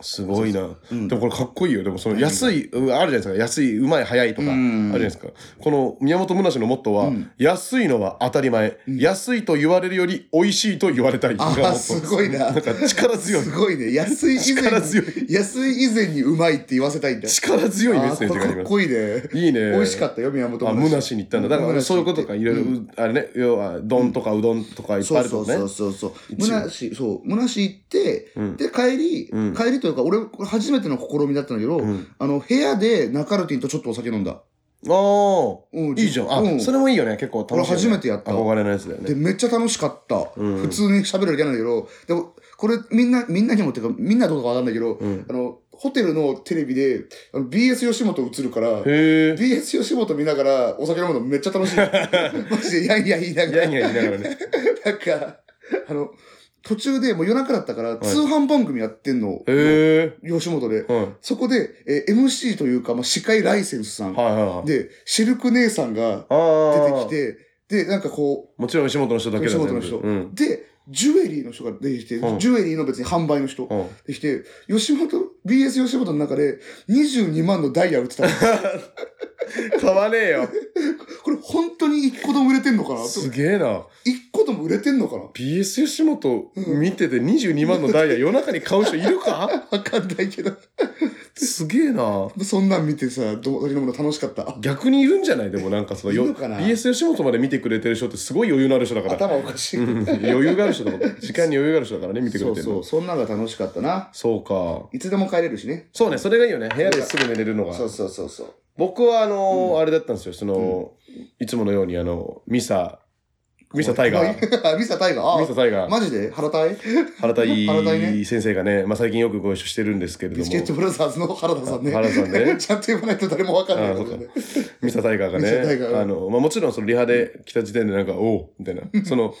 [SPEAKER 1] すごいな、
[SPEAKER 2] うん
[SPEAKER 1] でもこれかっこいいよでもその
[SPEAKER 2] 何が
[SPEAKER 1] 安い、うんあるじゃないですか安いうまい早いとか、
[SPEAKER 2] うん
[SPEAKER 1] あるじゃないですかこの宮本むなしのモットーは、
[SPEAKER 2] うん
[SPEAKER 1] 安いのは当たり前、
[SPEAKER 2] うん
[SPEAKER 1] 安いと言われるより美味しいと言われたいが
[SPEAKER 2] あ
[SPEAKER 1] モットー
[SPEAKER 2] ーすごいな
[SPEAKER 1] なんか力強い
[SPEAKER 2] すごいね安い以前
[SPEAKER 1] 力強
[SPEAKER 2] に
[SPEAKER 1] い
[SPEAKER 2] 安い以前にうまいって言わせたいんだ
[SPEAKER 1] 力強いメッセージがあ
[SPEAKER 2] あーこ
[SPEAKER 1] り
[SPEAKER 2] れかっ
[SPEAKER 1] ます
[SPEAKER 2] こいいね
[SPEAKER 1] いいね
[SPEAKER 2] 美味しかったよ宮本
[SPEAKER 1] あむなしに行ったんだだからそういうことかいろいろ、
[SPEAKER 2] うん
[SPEAKER 1] あれね要は丼とかうどんとかいっぱい
[SPEAKER 2] そ
[SPEAKER 1] あ
[SPEAKER 2] う
[SPEAKER 1] る
[SPEAKER 2] そ
[SPEAKER 1] と
[SPEAKER 2] う
[SPEAKER 1] かね
[SPEAKER 2] そうそうそうむ
[SPEAKER 1] 一応
[SPEAKER 2] なしそうむなし行って、
[SPEAKER 1] うん
[SPEAKER 2] で帰り、
[SPEAKER 1] うん
[SPEAKER 2] 帰りというか俺これ初めての試みだったんだけど、
[SPEAKER 1] うん
[SPEAKER 2] あの部屋でナカルティンとちょっとお酒飲んだ、
[SPEAKER 1] あ
[SPEAKER 2] う
[SPEAKER 1] あ
[SPEAKER 2] ん
[SPEAKER 1] いいじゃんあ、
[SPEAKER 2] うん
[SPEAKER 1] それもいいよね結構楽しいよね、
[SPEAKER 2] 俺初めてやった
[SPEAKER 1] 憧れのやつだよね
[SPEAKER 2] でめっちゃ楽しかった、
[SPEAKER 1] うん
[SPEAKER 2] 普通に喋るだけなんだけどでもこれみんなみんなにもっていうかみんなどうかわかんないけど、
[SPEAKER 1] うん
[SPEAKER 2] あのホテルのテレビであの BS 吉本映るから
[SPEAKER 1] へえ
[SPEAKER 2] BS 吉本見ながらお酒飲むのめっち
[SPEAKER 1] <laughs>
[SPEAKER 2] ゃ楽しいマジでいやいや言いなが
[SPEAKER 1] い
[SPEAKER 2] ら
[SPEAKER 1] やいや言いながらね
[SPEAKER 2] なんか、あの、途中でもう夜中だったから、通販番組やってんの、
[SPEAKER 1] へ
[SPEAKER 2] 吉本で
[SPEAKER 1] え。はい
[SPEAKER 2] そこで、えー MC というか、まあ、司会ライセンスさん、
[SPEAKER 1] はいはい
[SPEAKER 2] で、シルク姉さんが出
[SPEAKER 1] ああ
[SPEAKER 2] てきて、で、なんかこ
[SPEAKER 1] もちろん吉本の人だけだ
[SPEAKER 2] 吉本の
[SPEAKER 1] 全
[SPEAKER 2] 人
[SPEAKER 1] 部うん
[SPEAKER 2] う、で、ジュエリーの人が出てきて、
[SPEAKER 1] うん
[SPEAKER 2] ジュエリーの別に販売の人、
[SPEAKER 1] うん
[SPEAKER 2] できて、吉本、BS 吉本の中で22万のダイヤ売ってた
[SPEAKER 1] <laughs>
[SPEAKER 2] の。
[SPEAKER 1] 買わねえ
[SPEAKER 2] <laughs>
[SPEAKER 1] よ
[SPEAKER 2] これ本当に1個でも売れてんのかな
[SPEAKER 1] す
[SPEAKER 2] 1
[SPEAKER 1] げえな
[SPEAKER 2] 個でも売れてんのかな
[SPEAKER 1] BS 吉本見てて22万のダイヤ夜中に買う人いる
[SPEAKER 2] <laughs>
[SPEAKER 1] か
[SPEAKER 2] わかんないけど、
[SPEAKER 1] すげえな
[SPEAKER 2] そんなん見てさ、どう、飲むの楽しかった。
[SPEAKER 1] 逆にいるんじゃないでもなんかそのよ
[SPEAKER 2] いるのかな
[SPEAKER 1] BS 吉本まで見てくれてる人ってすごい余裕のある人だから
[SPEAKER 2] 頭おかしい。
[SPEAKER 1] うん余裕がある人だ
[SPEAKER 2] <laughs>
[SPEAKER 1] から時間に余裕がある人だからね見てく
[SPEAKER 2] そ
[SPEAKER 1] れ
[SPEAKER 2] う
[SPEAKER 1] てる
[SPEAKER 2] そう
[SPEAKER 1] の
[SPEAKER 2] そんなのが楽しかったない
[SPEAKER 1] そうか
[SPEAKER 2] いつでも帰れるしね
[SPEAKER 1] そうねそれがいいよね部屋ですぐ寝れるのが
[SPEAKER 2] そうそうそうそう
[SPEAKER 1] 僕はあのーあれだったんですよその、いつものようにあのミサミサタイガー
[SPEAKER 2] ー <laughs> ミサタイガー
[SPEAKER 1] ミサタイ
[SPEAKER 2] あ
[SPEAKER 1] ガー
[SPEAKER 2] マジで原田
[SPEAKER 1] 原田井
[SPEAKER 2] 原田井ね
[SPEAKER 1] 先生がね、まあ、最近よくご一緒してるんですけれど
[SPEAKER 2] ビ
[SPEAKER 1] も
[SPEAKER 2] スケットブラザーズの原田さんね
[SPEAKER 1] 原田さんね
[SPEAKER 2] <laughs> ちゃんと言わないと誰もわかんな
[SPEAKER 1] あ
[SPEAKER 2] いか
[SPEAKER 1] そう
[SPEAKER 2] ら
[SPEAKER 1] か
[SPEAKER 2] ね
[SPEAKER 1] ミサタイガーが
[SPEAKER 2] ミサタ
[SPEAKER 1] ね
[SPEAKER 2] イガーが
[SPEAKER 1] あの、まあ、もちろんそのリハで来た時点でなんか「おう」みたいなその。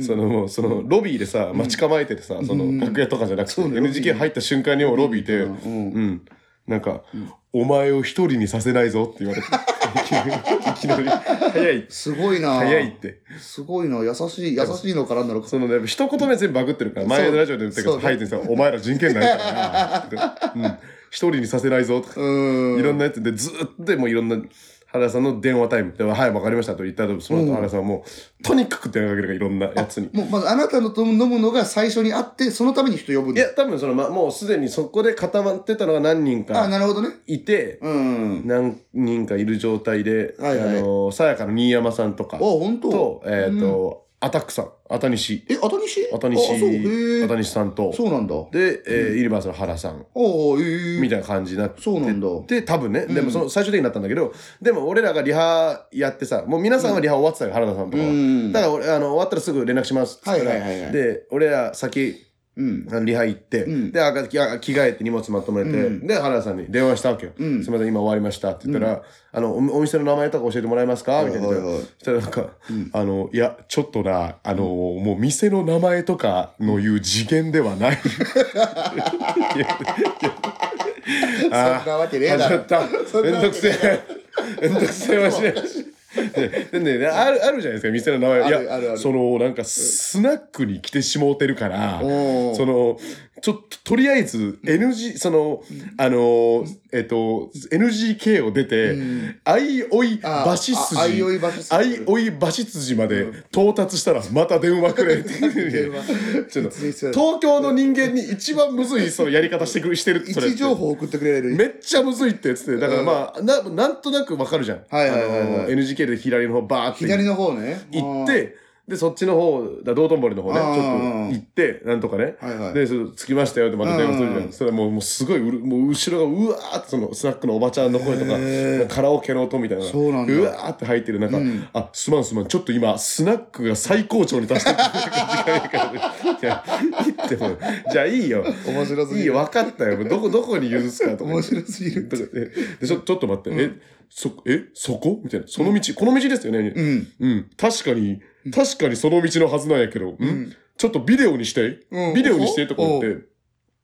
[SPEAKER 1] そのもうそのロビーでさ待ち構えててさ、その楽屋とかじゃなくて、
[SPEAKER 2] そうね
[SPEAKER 1] NGK 入った瞬間にもうロビーで「う、
[SPEAKER 2] うんん
[SPEAKER 1] なんか、お前を一人にさせないぞ」って言
[SPEAKER 2] <laughs>
[SPEAKER 1] われていきなり早い
[SPEAKER 2] すごいな
[SPEAKER 1] 早いって
[SPEAKER 2] すごいな優しい優しいのからなのか
[SPEAKER 1] そのね、一言目全部バグってるから、前のラジオで言ってたけ
[SPEAKER 2] そ
[SPEAKER 1] ど、
[SPEAKER 2] う
[SPEAKER 1] ハイテンさん、お前ら人権ない
[SPEAKER 2] <laughs>
[SPEAKER 1] からな。うん。一人にさせないぞ。とか
[SPEAKER 2] うーん
[SPEAKER 1] いろんなやつで、ずーっとでもういろんな、原田さんの電話タイムで、はい、わかりましたと言った後、その後原田さんはもう、とにかく電話かけるから、いろんなやつに。
[SPEAKER 2] もうまずあなたのと飲むのが最初にあってそのために人呼ぶん
[SPEAKER 1] い
[SPEAKER 2] だ
[SPEAKER 1] や、多分その、ま、もうすでにそこで固まってたのが何人
[SPEAKER 2] あ
[SPEAKER 1] か
[SPEAKER 2] なるほどね
[SPEAKER 1] いて、
[SPEAKER 2] うん
[SPEAKER 1] 何人かいる状態で、
[SPEAKER 2] はいはい
[SPEAKER 1] あの、さやかの新山さんとか
[SPEAKER 2] あ、本当
[SPEAKER 1] と、えっと、アタックさん、アタニシ、
[SPEAKER 2] え後西
[SPEAKER 1] アタニ
[SPEAKER 2] あそう
[SPEAKER 1] シ、
[SPEAKER 2] へ
[SPEAKER 1] アタ
[SPEAKER 2] え
[SPEAKER 1] ニシさんと、
[SPEAKER 2] そうなんだ
[SPEAKER 1] で、えー、ユニバースの原さん
[SPEAKER 2] おおええ
[SPEAKER 1] みたいな感じになって
[SPEAKER 2] そうなんだ
[SPEAKER 1] で多分ね、
[SPEAKER 2] ん
[SPEAKER 1] でもその最終的になったんだけどでも俺らがリハやってさもう皆さんはリハ終わってたよ、原田さんとかは、
[SPEAKER 2] うん
[SPEAKER 1] だから俺あの終わったらすぐ連絡しますっつったら、
[SPEAKER 2] はいはいはいはい
[SPEAKER 1] で俺ら先
[SPEAKER 2] うん。
[SPEAKER 1] リハ行って、
[SPEAKER 2] うん
[SPEAKER 1] で赤着あ着替えて荷物まとめて、
[SPEAKER 2] うん
[SPEAKER 1] で原田さんに電話したわけよ「
[SPEAKER 2] うん
[SPEAKER 1] すみません今終わりました」って言ったら「あのおお店の名前とか教えてもらえますか?」みたいな
[SPEAKER 2] はいはいはい
[SPEAKER 1] そしたらなんか、あのいやちょっとなあのもう店の名前とかの言う次元では
[SPEAKER 2] <laughs>
[SPEAKER 1] ない」 <laughs>
[SPEAKER 2] そんなわけねえだ
[SPEAKER 1] 始ま
[SPEAKER 2] ろ
[SPEAKER 1] っ。た
[SPEAKER 2] <laughs> そん
[SPEAKER 1] め
[SPEAKER 2] なん
[SPEAKER 1] どくせえめんどくせえわしででねねあるあるじゃないですか店の名前
[SPEAKER 2] ある
[SPEAKER 1] いや
[SPEAKER 2] あるある
[SPEAKER 1] そのなんかスナックに来てしもうてるから
[SPEAKER 2] おー
[SPEAKER 1] そのちょっととりあえず NG そのあのえっと NGK を出て
[SPEAKER 2] うん
[SPEAKER 1] あいおい
[SPEAKER 2] あ
[SPEAKER 1] バシ
[SPEAKER 2] ああいお
[SPEAKER 1] 筋
[SPEAKER 2] いバシス
[SPEAKER 1] あ
[SPEAKER 2] <laughs>
[SPEAKER 1] いおいバシ筋まで到達したらまた電話くれって
[SPEAKER 2] 電話
[SPEAKER 1] ちょっと
[SPEAKER 2] 別にそう
[SPEAKER 1] 東京の人間に一番むずいそのやり方してくしてる
[SPEAKER 2] 位
[SPEAKER 1] それっ
[SPEAKER 2] 置
[SPEAKER 1] て
[SPEAKER 2] 情報送ってくれる。
[SPEAKER 1] めっちゃむずいってやつでだからまあ、ななんとなくわかるじゃん、
[SPEAKER 2] はいはいはいはい
[SPEAKER 1] あの NGK で左の方バーって
[SPEAKER 2] 左の方ね。
[SPEAKER 1] 行ってでそっちの方だ道頓堀の方ねち
[SPEAKER 2] あ
[SPEAKER 1] ょ
[SPEAKER 2] ー
[SPEAKER 1] っと行ってなんとかね、
[SPEAKER 2] はいはい
[SPEAKER 1] でその着きましたよってまた電話するじゃ
[SPEAKER 2] うん
[SPEAKER 1] んそしたらもうもうすごいうるもう後ろがうわーってそのスナックのおばちゃんの声とか
[SPEAKER 2] へ
[SPEAKER 1] カラオケの音みたいな
[SPEAKER 2] そうなんだ
[SPEAKER 1] わーって入ってる中、
[SPEAKER 2] うん
[SPEAKER 1] あすまんすまんちょっと今スナックが最高潮に達してる時間やから、じゃあ行ってもじゃあいいよ
[SPEAKER 2] あー面白す
[SPEAKER 1] い
[SPEAKER 2] ぎ
[SPEAKER 1] いよ
[SPEAKER 2] る。
[SPEAKER 1] 分かったよどこどこに許すかとか
[SPEAKER 2] 面白すぎる。
[SPEAKER 1] だからえでちょちょっと待って、えそえそこみたいなその道、この道ですよね、う
[SPEAKER 2] うんん。
[SPEAKER 1] 確かに確かにその道のはずなんやけど、んちょっとビデオにして、
[SPEAKER 2] うん
[SPEAKER 1] ビデオにしてとか言って。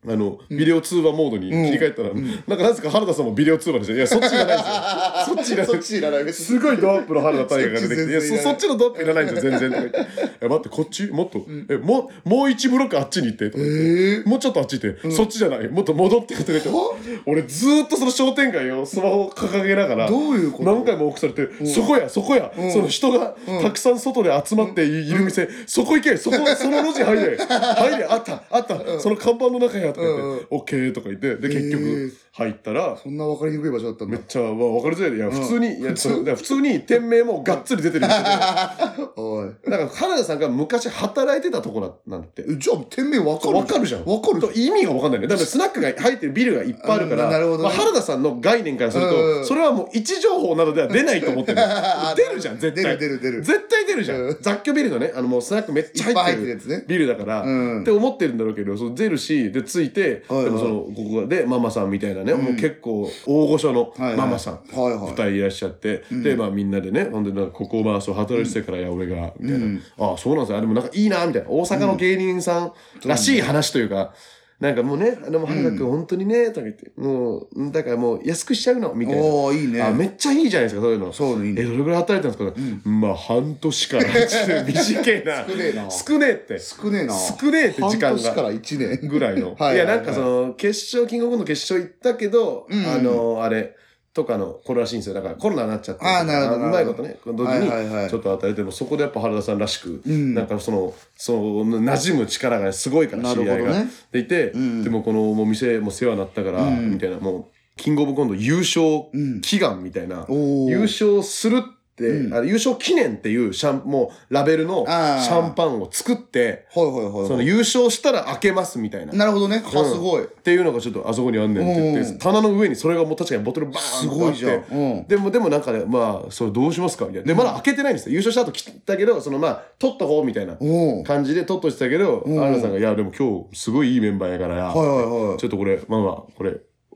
[SPEAKER 1] あの、ビデオ通話モードに切り替えたら、なんかなぜか原田さんもビデオ通話にして、いや、そっちじゃないですよ。 <laughs> そっちいらない
[SPEAKER 2] そっちいらない。別に
[SPEAKER 1] すごいドアップの原田大我が出てきて、いや
[SPEAKER 2] <laughs> そっち
[SPEAKER 1] そそっちの
[SPEAKER 2] 全然いらない
[SPEAKER 1] ドアップいらないんですよ、全
[SPEAKER 2] <laughs>
[SPEAKER 1] 然とか言って。え、待って、こっちもっと、え、もう、もう一ブロックあっちに行って、とか言って
[SPEAKER 2] ええ。
[SPEAKER 1] もうちょっとあっち行って、そっちじゃない、もっと戻ってくれて、
[SPEAKER 2] <laughs>
[SPEAKER 1] 俺ずーっとその商店街をスマホを掲げながら、
[SPEAKER 2] どういうこと
[SPEAKER 1] 何回も起こされて、そこや、そこや、その人がたくさん外で集まっていいる店、そこ行け、そこ、その路地入
[SPEAKER 2] <laughs>
[SPEAKER 1] れ、入れ、あった、あった、その看板の中や、とか言って、
[SPEAKER 2] うんうん
[SPEAKER 1] オッケーとか言って、で、結
[SPEAKER 2] へ
[SPEAKER 1] 局
[SPEAKER 2] ー、
[SPEAKER 1] 入ったら、
[SPEAKER 2] そんな分かりにくい場所だったん
[SPEAKER 1] め
[SPEAKER 2] だ
[SPEAKER 1] っ。ちゃ、まあ、分かりづらいで、いや、普通に、いや、そうだから普通に店名もがっつり出てる店で、
[SPEAKER 2] <laughs>
[SPEAKER 1] だ
[SPEAKER 2] おい。
[SPEAKER 1] から原田さんが昔働いてたとこだなんて。
[SPEAKER 2] えじゃあ、店名分かる
[SPEAKER 1] わかるじゃん。
[SPEAKER 2] 分かる
[SPEAKER 1] と意味がわかんないね。だからスナックが入ってるビルがいっぱいあるか
[SPEAKER 2] う
[SPEAKER 1] ら、
[SPEAKER 2] んなるほどね
[SPEAKER 1] まあ、原田さんの概念からすると、
[SPEAKER 2] うん
[SPEAKER 1] それはもう位置情報などでは出ないと思ってる。
[SPEAKER 2] <laughs> あ
[SPEAKER 1] 出るじゃん、絶対。
[SPEAKER 2] 出る出る出る
[SPEAKER 1] 絶対出るじゃん。
[SPEAKER 2] うん
[SPEAKER 1] 雑居ビルのね、あのもうスナックめっちゃ
[SPEAKER 2] いっぱい
[SPEAKER 1] 入
[SPEAKER 2] 入
[SPEAKER 1] っ
[SPEAKER 2] ってて
[SPEAKER 1] る
[SPEAKER 2] るやつね。
[SPEAKER 1] ビルだから、
[SPEAKER 2] うん
[SPEAKER 1] って思ってるんだろうけど、そう出るし、で、ついて、
[SPEAKER 2] はいはい
[SPEAKER 1] でもその、ここがで、ママさんみたいなね、もう結構大御所の
[SPEAKER 2] はいはい
[SPEAKER 1] ママさん。
[SPEAKER 2] はいは
[SPEAKER 1] 二
[SPEAKER 2] い。
[SPEAKER 1] 人いらっしゃって、でまあみんなでねほんでなんかここまあそう働いてたからや俺がみたいな、ああそうなんですよあでもなんかいいなみたいな大阪の芸人さんらしい話というか、なんかもうねでも原田君本当にねとか言ってもうだからもう安くしちゃうのみたいな、
[SPEAKER 2] おおいいね。
[SPEAKER 1] あめっちゃいいじゃないですかそういうの
[SPEAKER 2] そういい
[SPEAKER 1] え
[SPEAKER 2] ね。
[SPEAKER 1] どれぐらい働いてたんですか、まあ半年 <laughs> から短いな
[SPEAKER 2] 少ねえな
[SPEAKER 1] 少ねえって
[SPEAKER 2] 少ねえな。
[SPEAKER 1] 少ねえって時間
[SPEAKER 2] 半
[SPEAKER 1] が
[SPEAKER 2] 年から1年。
[SPEAKER 1] ぐらいの。
[SPEAKER 2] <laughs> はい
[SPEAKER 1] いや、
[SPEAKER 2] はいはい
[SPEAKER 1] なんかその、決勝、キングオブコント決勝行ったけど、
[SPEAKER 2] うん
[SPEAKER 1] あの、あれ、とかの、これらしいんですよ。だからコロナになっちゃって。
[SPEAKER 2] あーなるほど
[SPEAKER 1] あうまいことね、 <laughs> この時
[SPEAKER 2] はい
[SPEAKER 1] に
[SPEAKER 2] はいはい
[SPEAKER 1] ちょっと与えても、そこでやっぱ原田さんらしく、
[SPEAKER 2] ん
[SPEAKER 1] なんかその、その、馴染む力がすごいから、
[SPEAKER 2] なる
[SPEAKER 1] 知
[SPEAKER 2] ほど
[SPEAKER 1] り合い
[SPEAKER 2] ね
[SPEAKER 1] が。でいて、
[SPEAKER 2] ん
[SPEAKER 1] でもこの、もう店も世話になったから、
[SPEAKER 2] うん
[SPEAKER 1] みたいな、もう、キングオブコント優勝
[SPEAKER 2] うん
[SPEAKER 1] 祈願みたいな、
[SPEAKER 2] おお。
[SPEAKER 1] 優勝するって、
[SPEAKER 2] うん
[SPEAKER 1] あ優勝記念っていうシャン、もう、ラベルのシ
[SPEAKER 2] あー
[SPEAKER 1] ャンパンを作って、
[SPEAKER 2] はいはいはいはい。
[SPEAKER 1] その優勝したら開けますみたいな。
[SPEAKER 2] なるほどね。あ、すごい。
[SPEAKER 1] っていうのがちょっとあそこにあんねんって言っ
[SPEAKER 2] うん
[SPEAKER 1] て棚の上にそれがもう確かにボトルバーン
[SPEAKER 2] すごいじゃん
[SPEAKER 1] と。あって
[SPEAKER 2] うん。
[SPEAKER 1] でもでもなんかねまあそれどうしますかみたいなでまだ開けてないんですよ優勝した後切ったけどそのまあ取っとこうみたいな
[SPEAKER 2] おお。
[SPEAKER 1] 感じで取っとしてたけど
[SPEAKER 2] ん
[SPEAKER 1] アナさんが「いやでも今日すごいいいメンバーやからや
[SPEAKER 2] はいはいはい
[SPEAKER 1] ちょっとこれまあまあこれ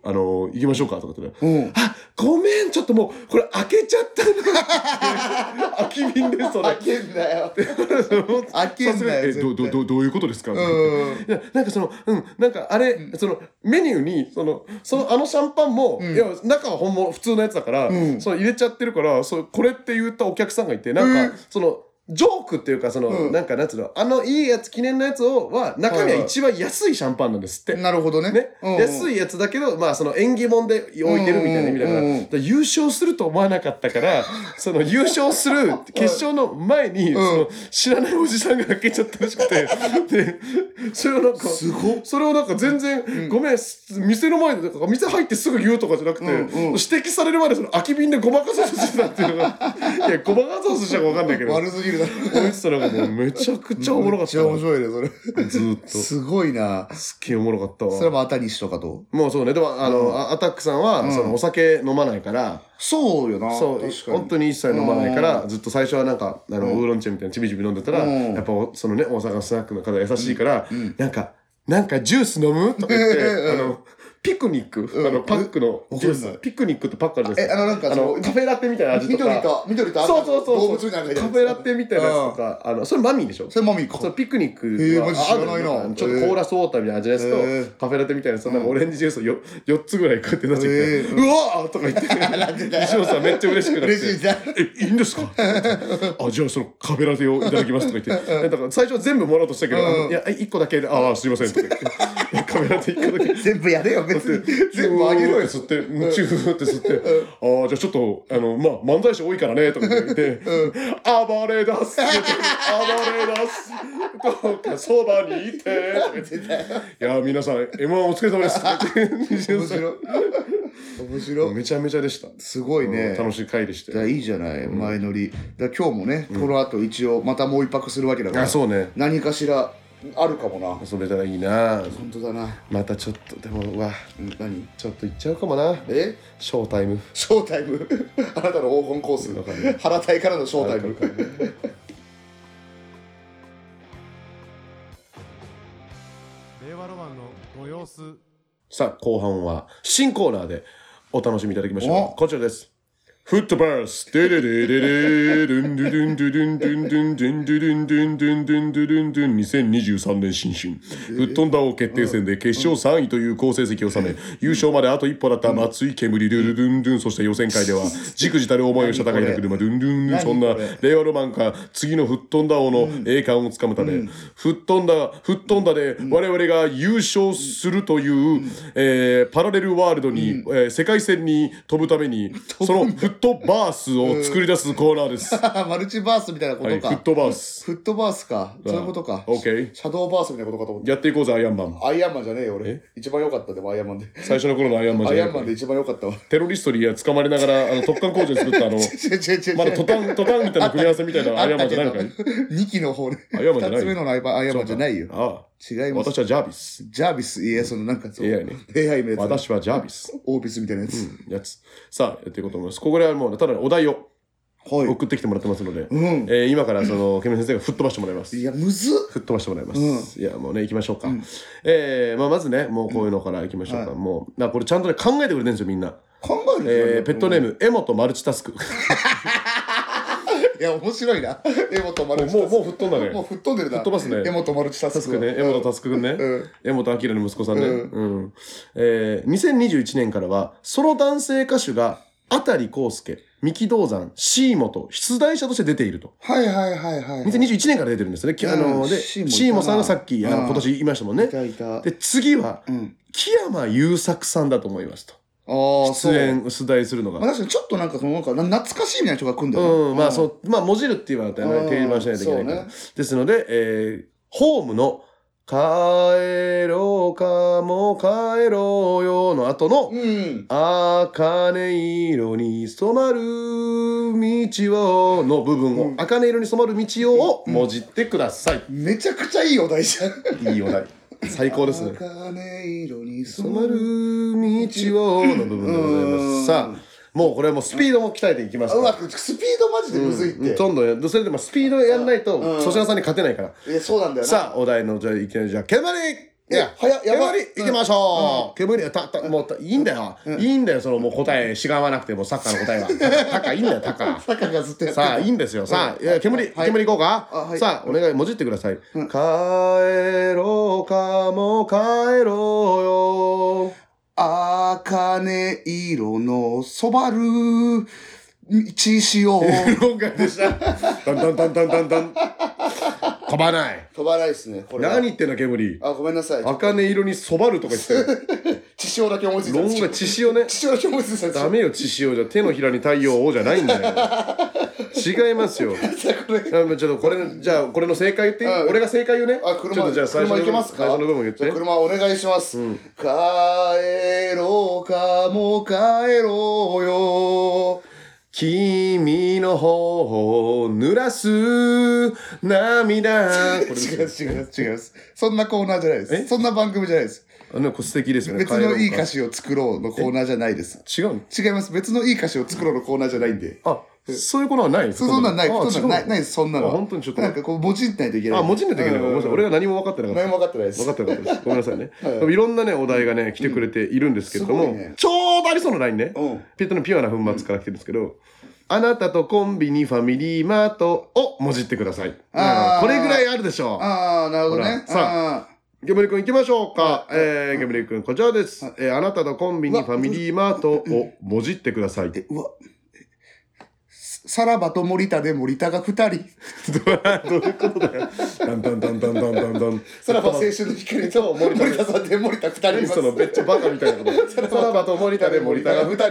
[SPEAKER 1] あのー行きましょうか」とか言ってね
[SPEAKER 2] うん。
[SPEAKER 1] あごめんちょっともうこれ開けちゃっ
[SPEAKER 2] <laughs>
[SPEAKER 1] たな空き瓶でそれ
[SPEAKER 2] 開けんなよ。
[SPEAKER 1] <laughs>
[SPEAKER 2] 開けんなよ
[SPEAKER 1] えどうどうどうどういうことですか?」
[SPEAKER 2] うん。
[SPEAKER 1] いやなんかそのうんなんかあれ、そのメニューにそのそのあのシャンパンも、いや中は本物普通のやつだから、
[SPEAKER 2] うん
[SPEAKER 1] その入れちゃってるからそうこれって言ったお客さんがいてなんか、
[SPEAKER 2] えー
[SPEAKER 1] そのジョークっていうかその、
[SPEAKER 2] うん
[SPEAKER 1] なんかなんつうのあのいいやつ記念のやつをは中身は一番安いシャンパンなんですって。
[SPEAKER 2] なるほどね。
[SPEAKER 1] ね
[SPEAKER 2] うん、
[SPEAKER 1] 安
[SPEAKER 2] い。
[SPEAKER 1] いやつだけど、まあ、その縁起物で置いてるみたいな意味だから,、
[SPEAKER 2] うんうんうんうん
[SPEAKER 1] 優勝すると思わなかった <laughs> からその優勝する決勝の前に、その知らないおじさんが開けちゃったらしくてでそれをなんか
[SPEAKER 2] すごっ
[SPEAKER 1] それをなんか全然、ごめんす店の前でだから店入ってすぐ言うとかじゃなくて、
[SPEAKER 2] うんうん
[SPEAKER 1] 指摘されるまでその空き瓶でごまかそうとしてたっていうのが <laughs> いやごまかそうとしたか分かんないけど。
[SPEAKER 2] 悪すぎるだろ。
[SPEAKER 1] こいつらがもうめちゃくちゃおもろかっ
[SPEAKER 2] めったちゃ
[SPEAKER 1] な
[SPEAKER 2] 面白いね、それ。
[SPEAKER 1] ずーっとす
[SPEAKER 2] すごいな。
[SPEAKER 1] っげえおもろかったわ
[SPEAKER 2] それもあたにしとかと。
[SPEAKER 1] もうそうねでもあの、あアタックさんは、
[SPEAKER 2] ん
[SPEAKER 1] そのお酒飲まないから、
[SPEAKER 2] そうよな。
[SPEAKER 1] そう
[SPEAKER 2] 確かに。
[SPEAKER 1] 本当に一切飲まないから、ずっと最初はなんかあの、ウーロン茶みたいなちびちび飲んでたら、
[SPEAKER 2] うん
[SPEAKER 1] やっぱそのね大阪スナックの方が優しいから、なんかなんかジュース飲むとか言って、あ
[SPEAKER 2] うん
[SPEAKER 1] の、ピクニック、
[SPEAKER 2] うん
[SPEAKER 1] あの、パックのジュ
[SPEAKER 2] わかんな
[SPEAKER 1] ース、
[SPEAKER 2] い
[SPEAKER 1] ピクニックとパックあるじゃ
[SPEAKER 2] え、
[SPEAKER 1] ない
[SPEAKER 2] あのなん
[SPEAKER 1] ですか。
[SPEAKER 2] か
[SPEAKER 1] あ
[SPEAKER 2] そ
[SPEAKER 1] の、
[SPEAKER 2] の、
[SPEAKER 1] カフェラテみたいな味
[SPEAKER 2] 緑
[SPEAKER 1] とか。
[SPEAKER 2] と、緑と赤
[SPEAKER 1] そうそうそうそう。
[SPEAKER 2] 動物みたいな
[SPEAKER 1] カ
[SPEAKER 2] のがい
[SPEAKER 1] フェ
[SPEAKER 2] るや
[SPEAKER 1] ラ
[SPEAKER 2] つ
[SPEAKER 1] テみたいなやつとか、あの、それマミーでしょ
[SPEAKER 2] それマミーか
[SPEAKER 1] そうピクニック
[SPEAKER 2] えー
[SPEAKER 1] は
[SPEAKER 2] マジ知らないな
[SPEAKER 1] あるのちょっとコーラスウォーターみたいな味のやつと、
[SPEAKER 2] えー
[SPEAKER 1] カフェラテみたいなそんなオレンジジュースを 4, 四つぐらい食って出してきて、
[SPEAKER 2] えー
[SPEAKER 1] うわーとか言って
[SPEAKER 2] <laughs>
[SPEAKER 1] 西本さんめっちゃ嬉しくなって
[SPEAKER 2] 嬉しいな
[SPEAKER 1] えいいんですかあじゃあそのカフェラテをいただきますとか言ってえだから最初は全部もらおうとしたけど、あのいや1個だけでああすいませんとか
[SPEAKER 2] <laughs>
[SPEAKER 1] 言ってカフェラテ1個だけ
[SPEAKER 2] 全部やれよ、別に。全部あげろよ。
[SPEAKER 1] 吸って、チューって吸って、ああ、じゃあちょっと、あの、まあ、漫才師多いからね、とか言って、暴れ出す暴れ出すどうかそばにいていや、皆さん、M1 お疲れ様です
[SPEAKER 2] 面白い。面白い。
[SPEAKER 1] めちゃめちゃでした。
[SPEAKER 2] すごいね。
[SPEAKER 1] 楽しい回でし
[SPEAKER 2] だから
[SPEAKER 1] て。
[SPEAKER 2] いいじゃない、前乗り。だから今日もね、この後一応、またもう一泊するわけだから。
[SPEAKER 1] あ、そうね。
[SPEAKER 2] 何かしら、あるかもな。
[SPEAKER 1] 遊べたらいいな
[SPEAKER 2] 本当だな。
[SPEAKER 1] またちょっと、でも、うわ、
[SPEAKER 2] うん何
[SPEAKER 1] ちょっと行っちゃうかもな。
[SPEAKER 2] え
[SPEAKER 1] ショータイム。
[SPEAKER 2] ショータイム <laughs> あなたの黄金コー
[SPEAKER 1] わかん
[SPEAKER 2] ス原隊からのショータイム
[SPEAKER 3] 令和ロマンのご様子
[SPEAKER 1] さあ、後半は新コーナーでお楽しみいただきましょ
[SPEAKER 2] お
[SPEAKER 1] う。こちらです。フットバー <laughs> ス。デレレレレドゥンドゥドゥンドゥドゥンドゥンドゥンドゥンドゥドゥンドゥンドゥンドゥンドゥドゥンドゥン2023年新春。吹っ飛んだ王決定戦で決勝3位という好成績を収め、優勝まであと一歩だった松井煙ルルルンドゥン、そして予選会
[SPEAKER 3] <laughs>
[SPEAKER 1] では、じくじたる思いをした高いな車、ドゥンドゥンドゥン、<laughs>
[SPEAKER 2] 何
[SPEAKER 1] そんな
[SPEAKER 2] これ
[SPEAKER 1] 令和ロマンか次の吹っ飛んだ王の栄冠をつかむため、吹っ飛んだ吹っ飛んだで我々が優勝するという、えーパラレルワールドに、えー世界線に飛ぶため
[SPEAKER 2] <laughs>
[SPEAKER 1] にそのフットバースを作り出すコーナーです、
[SPEAKER 2] <laughs> マルチバースみたいなこ
[SPEAKER 1] はい
[SPEAKER 2] と
[SPEAKER 1] フ
[SPEAKER 2] か、
[SPEAKER 1] ットバース
[SPEAKER 2] フットバースかそういうことか
[SPEAKER 1] オッケー
[SPEAKER 2] シャドーバースみたいなことかと思って
[SPEAKER 1] やっていこうぜアイアンマン
[SPEAKER 2] アイアンマンじゃねえよ俺一番良かったでもアイアンマンで
[SPEAKER 1] 最初の頃のアイアンマン
[SPEAKER 2] ア
[SPEAKER 1] じ
[SPEAKER 2] イ
[SPEAKER 1] ゃ
[SPEAKER 2] ア
[SPEAKER 1] な
[SPEAKER 2] ンマン
[SPEAKER 1] い
[SPEAKER 2] で一番良かったわ
[SPEAKER 1] テロリストにいや捕まりながらあの特艦工場で作
[SPEAKER 2] <laughs>
[SPEAKER 1] ったあの
[SPEAKER 2] 違う違う違う
[SPEAKER 1] まだ
[SPEAKER 2] 違
[SPEAKER 1] ト
[SPEAKER 2] う
[SPEAKER 1] タントタンみたいな組み合わせみたいなアイアンマンじゃないのかい
[SPEAKER 2] 2期の方ね
[SPEAKER 1] アイアンマンじゃない
[SPEAKER 2] 2つ目のアイアンアイアンマンじゃないよ
[SPEAKER 1] あ
[SPEAKER 2] 違い
[SPEAKER 1] あ
[SPEAKER 2] ます
[SPEAKER 1] 私はジャービス
[SPEAKER 2] ジャービスいやそのなんかそう
[SPEAKER 1] AI ね
[SPEAKER 2] AI のやつ
[SPEAKER 1] 私はジャービス
[SPEAKER 2] オービスみたいなやつ、
[SPEAKER 1] やつさあやっていこうと思いますここではもうただお題を
[SPEAKER 2] はい
[SPEAKER 1] 送ってきてもらってますので、
[SPEAKER 2] うん
[SPEAKER 1] えー今からそ <laughs> のケメ先生が吹っ飛ばしてもらいます
[SPEAKER 2] いやむずっ
[SPEAKER 1] 吹っ飛ばしてもらいます、いやもうね行きましょうか、えーまあ、まずねもうこういうのから行きましょうか、
[SPEAKER 2] は
[SPEAKER 1] もうなこれちゃんとね考えてくれてるんですよみんな、
[SPEAKER 2] 考える
[SPEAKER 1] えーペットネー
[SPEAKER 2] ム
[SPEAKER 1] ムエモとマルチタスクも
[SPEAKER 2] いや面白いな <laughs> エモとマル
[SPEAKER 1] う
[SPEAKER 2] チ
[SPEAKER 1] もうもう
[SPEAKER 2] う
[SPEAKER 1] 吹っ飛んだね
[SPEAKER 2] もう吹っ飛んでるな
[SPEAKER 1] 吹っ飛ばすね
[SPEAKER 2] エモとマルチタスク
[SPEAKER 1] タスク <laughs> ね、エモとタスクくんね、
[SPEAKER 2] うん
[SPEAKER 1] エモとアキラの息子さんね、
[SPEAKER 2] うん
[SPEAKER 1] うんえー、2021年からはソロ男性歌手が辺康介三木道山椎本出題者として出ていると
[SPEAKER 2] はいはいはいはい。
[SPEAKER 1] 2021年から出てるんですよね、きあ
[SPEAKER 2] う
[SPEAKER 1] の
[SPEAKER 2] ん
[SPEAKER 1] で
[SPEAKER 2] シーモンいたな
[SPEAKER 1] シーモンさんがさっきあの
[SPEAKER 2] うん
[SPEAKER 1] 今年言いましたもん
[SPEAKER 2] い
[SPEAKER 1] ね
[SPEAKER 2] たいた。
[SPEAKER 1] で次は
[SPEAKER 2] うん。
[SPEAKER 1] 木山優作さんだと思いますと
[SPEAKER 2] ああ、そ
[SPEAKER 1] 出
[SPEAKER 2] う。
[SPEAKER 1] 演出題するの
[SPEAKER 2] まあ
[SPEAKER 1] が
[SPEAKER 2] 確かにちょっとなんかそのなんかな懐かしいみたいな人が組んでる。。
[SPEAKER 1] うんまあそううまあもじるって言われたら
[SPEAKER 2] うん
[SPEAKER 1] ね提示板しないといけないか
[SPEAKER 2] そう
[SPEAKER 1] ら
[SPEAKER 2] ね
[SPEAKER 1] ですのでえーホームの「帰ろうかも帰ろうよ」の後の「
[SPEAKER 2] うん。
[SPEAKER 1] 茜色に染まる道を」の部分を「
[SPEAKER 2] う
[SPEAKER 1] 茜色に染まる道を」をもじってください。
[SPEAKER 2] めちゃくちゃいいお題じゃん。
[SPEAKER 1] いいお題。最高
[SPEAKER 2] <laughs>
[SPEAKER 1] ですね。
[SPEAKER 2] 茜色に染
[SPEAKER 1] 染
[SPEAKER 2] ま
[SPEAKER 1] ま
[SPEAKER 2] る。
[SPEAKER 1] る道をの部分でございま
[SPEAKER 2] う
[SPEAKER 1] す。
[SPEAKER 2] ん
[SPEAKER 1] さあ、もうこれはもうスピードも鍛えていきます
[SPEAKER 2] う
[SPEAKER 1] から
[SPEAKER 2] わ、スピードマジでむずいって。
[SPEAKER 1] どんどんやるそれでもスピードやんないと
[SPEAKER 2] うん
[SPEAKER 1] 粗品さんに勝てないから。
[SPEAKER 2] え、そうなんだよな。
[SPEAKER 1] さあ、お題のじゃあいきなりじゃあ、煙いや、
[SPEAKER 2] 早っやばい
[SPEAKER 1] 煙いきましょう煙た、た、もうたいいんだよいいんだよ、そのもう答え、しがわなくてもサッカーの
[SPEAKER 2] <laughs>
[SPEAKER 1] 答えは。タカ、いいんだよ、タカ。
[SPEAKER 2] あ、坂がずっとやって
[SPEAKER 1] さあ、いい
[SPEAKER 2] い。
[SPEAKER 1] んですよ。さあ、いや煙、煙行こう
[SPEAKER 2] あ
[SPEAKER 1] か
[SPEAKER 2] は。い
[SPEAKER 1] さあ、お願い、もじってください。帰ろうか、もう帰ろうよ。
[SPEAKER 2] 茜色の染まる道
[SPEAKER 1] <laughs>
[SPEAKER 2] しよう。
[SPEAKER 1] 今回でした。だんだんだんだんだんだん。飛ば
[SPEAKER 2] <laughs>
[SPEAKER 1] ない。
[SPEAKER 2] 飛ばないですね、これは。
[SPEAKER 1] 何言ってんの、煙。
[SPEAKER 2] あ、ごめんなさい。
[SPEAKER 1] 茜色に染まるとか言ってた
[SPEAKER 2] <laughs>
[SPEAKER 1] よ。
[SPEAKER 2] 血潮だけ思いついた。
[SPEAKER 1] 論が血潮ね。
[SPEAKER 2] 血潮だけ思いついたんですよ
[SPEAKER 1] ダメよ、血潮じゃ。手のひらに太陽をじゃないんだよ。違いますよ。
[SPEAKER 2] じゃあこれ
[SPEAKER 1] あちょっとこれ、じゃあこれの正解言っていい、
[SPEAKER 2] うん
[SPEAKER 1] 俺が正解言うね。
[SPEAKER 2] あ、車、
[SPEAKER 1] ちょっとじゃあ最初の部
[SPEAKER 2] 車行け
[SPEAKER 1] 分
[SPEAKER 2] ますか
[SPEAKER 1] 最初の部分言っ
[SPEAKER 2] じゃ
[SPEAKER 1] て
[SPEAKER 2] あ。車お願いします。帰ろうか、もう帰ろうよ。
[SPEAKER 1] 君の方を濡らす涙。
[SPEAKER 2] 違う違う違うます。そんなコーナーじゃないです。そんな番組じゃないです。
[SPEAKER 1] あの、これ素敵ですよね。
[SPEAKER 2] 別のいい歌
[SPEAKER 1] 詞。
[SPEAKER 2] 詞を作ろうのコーナーじゃないです。
[SPEAKER 1] 違うの
[SPEAKER 2] 違います。別のいい歌詞を作ろうのコーナーじゃないんで。
[SPEAKER 1] あ、そういうことはない
[SPEAKER 2] そうそんなんない、
[SPEAKER 1] あ
[SPEAKER 2] そんなんな
[SPEAKER 1] 違う
[SPEAKER 2] い、ないです、そんな
[SPEAKER 1] あ
[SPEAKER 2] の。
[SPEAKER 1] 本当にちょっと
[SPEAKER 2] なんかこう、文字ってないといけない。
[SPEAKER 1] あ文字になきゃいけないごめんなさい俺
[SPEAKER 2] が
[SPEAKER 1] が何も分かってなかった
[SPEAKER 2] 何も分かってないです。
[SPEAKER 1] 分かってなかったですごめんなさいね
[SPEAKER 2] <laughs> はい
[SPEAKER 1] いろんなねお題がね来てくれているんですけれど
[SPEAKER 2] うんす
[SPEAKER 1] も
[SPEAKER 2] ごいね
[SPEAKER 1] ちょうどありそうなラインね
[SPEAKER 2] うん。
[SPEAKER 1] ペットのピュアな粉末から来てるんですけどあなたとコンビニファミリーマートをもじってください
[SPEAKER 2] あー
[SPEAKER 1] これぐらいあるでしょう
[SPEAKER 2] ああ、なるほどね。
[SPEAKER 1] ほらさ
[SPEAKER 2] あ
[SPEAKER 1] ギャブリ君行きましょうか
[SPEAKER 2] は。い
[SPEAKER 1] えー、ギャブリ君、こちらです
[SPEAKER 2] はい。
[SPEAKER 1] えー、あなたとコンビニ
[SPEAKER 2] うわ
[SPEAKER 1] ファミリーマートをもじってください
[SPEAKER 2] ー。え、うわ。ささらばと森田で森田が二人。
[SPEAKER 1] どういうこと <laughs> だよ。ダンダンダンダンダンダンダン。
[SPEAKER 2] さらば青春の光と森田さんで森田二人い
[SPEAKER 1] 何
[SPEAKER 2] ます
[SPEAKER 1] そのめっちゃバカみたいな <laughs> こと。さらばと森田で森田が二
[SPEAKER 2] 人。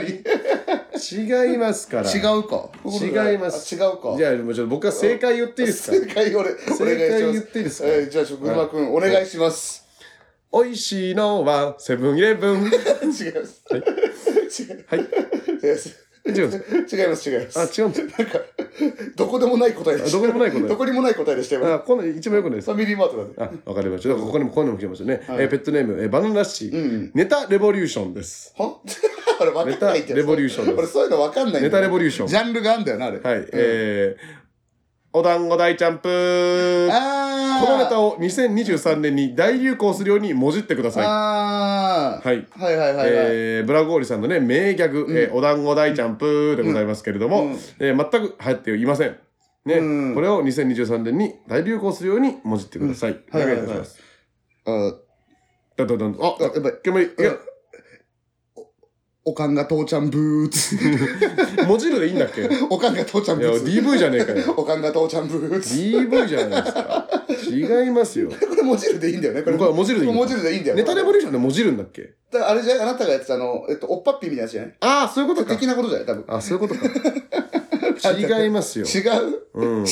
[SPEAKER 1] 人。違いますから。
[SPEAKER 2] 違
[SPEAKER 1] う。
[SPEAKER 2] うか。
[SPEAKER 1] 違います
[SPEAKER 2] あ違うか。
[SPEAKER 1] じゃあ、もうちょっと僕は正解言っていいですか
[SPEAKER 2] 正解俺、お願いします。
[SPEAKER 1] 正解言っていいですか
[SPEAKER 2] えーじゃあ、ちょ、群馬くん、お願いします。
[SPEAKER 1] 美味しいのはセブンイレブン。はい。
[SPEAKER 2] 違います。
[SPEAKER 1] 違
[SPEAKER 2] 違います。違います。
[SPEAKER 1] うんです。
[SPEAKER 2] 違います、違いま
[SPEAKER 1] あ、
[SPEAKER 2] す。
[SPEAKER 1] 違うんです。
[SPEAKER 2] なんか、どこでもない答えでした。
[SPEAKER 1] あどこでもない答え
[SPEAKER 2] どこにもない答えでしたよ。
[SPEAKER 1] あ、この一番良くないです
[SPEAKER 2] フ。ァミリーマートなんで。
[SPEAKER 1] あ、わかりました。だからここにも、こういうのも来てましたね。
[SPEAKER 2] はい
[SPEAKER 1] えーペットネーム、えーバナナッシー。
[SPEAKER 2] うん。
[SPEAKER 1] ネタレボリューションです。
[SPEAKER 2] <laughs> は俺分かんないって
[SPEAKER 1] ネタレボリューションです
[SPEAKER 2] 俺そういうの分かんないんだよ
[SPEAKER 1] ネタレボリューション
[SPEAKER 2] ジャンルがあんだよな、あれ。
[SPEAKER 1] はい、えー、お団子大チャンプー
[SPEAKER 2] あー。
[SPEAKER 1] このネタを2023年に大流行するようにもじってください。
[SPEAKER 2] あー。
[SPEAKER 1] はい。
[SPEAKER 2] はいはいはいはい。
[SPEAKER 1] えーブラゴーリさんのね、名ギャグ、えーお団子大チャンプーでございますけれども、
[SPEAKER 2] うんうん
[SPEAKER 1] えー全く流行っていません。ね、
[SPEAKER 2] うん
[SPEAKER 1] これを2023年に大流行するようにもじってください。
[SPEAKER 2] うんはいはいはい
[SPEAKER 1] お願いいたします。
[SPEAKER 2] あ
[SPEAKER 1] ど
[SPEAKER 2] ー
[SPEAKER 1] んどんどんどんあ
[SPEAKER 2] あ、やばい。
[SPEAKER 1] 煙、いや、
[SPEAKER 2] おかんが父ちゃんブーツ。
[SPEAKER 1] <laughs> もじるでいいんだっけいや、
[SPEAKER 2] おかんが父ちゃんブーツ。
[SPEAKER 1] DV じゃねえかよ。
[SPEAKER 2] おかんが父ちゃんブーツ。
[SPEAKER 1] DV じゃないですか。違いますよ。
[SPEAKER 2] これ文字るでいいんだよね。これ
[SPEAKER 1] 僕はもじるでいいんだ
[SPEAKER 2] 文字るでいいんだよ。
[SPEAKER 1] ネタレボ
[SPEAKER 2] リ
[SPEAKER 1] リューションでもじるんだっけ
[SPEAKER 2] だからあれじゃあなたがやってたあの、えっと、おっぱっぴーみたいなやつじゃない
[SPEAKER 1] ああ、そういうことか。
[SPEAKER 2] 的なことじゃない多分。
[SPEAKER 1] あ、そういうことか。違いますよ。
[SPEAKER 2] <laughs> 違う、
[SPEAKER 1] うん
[SPEAKER 2] 違うっ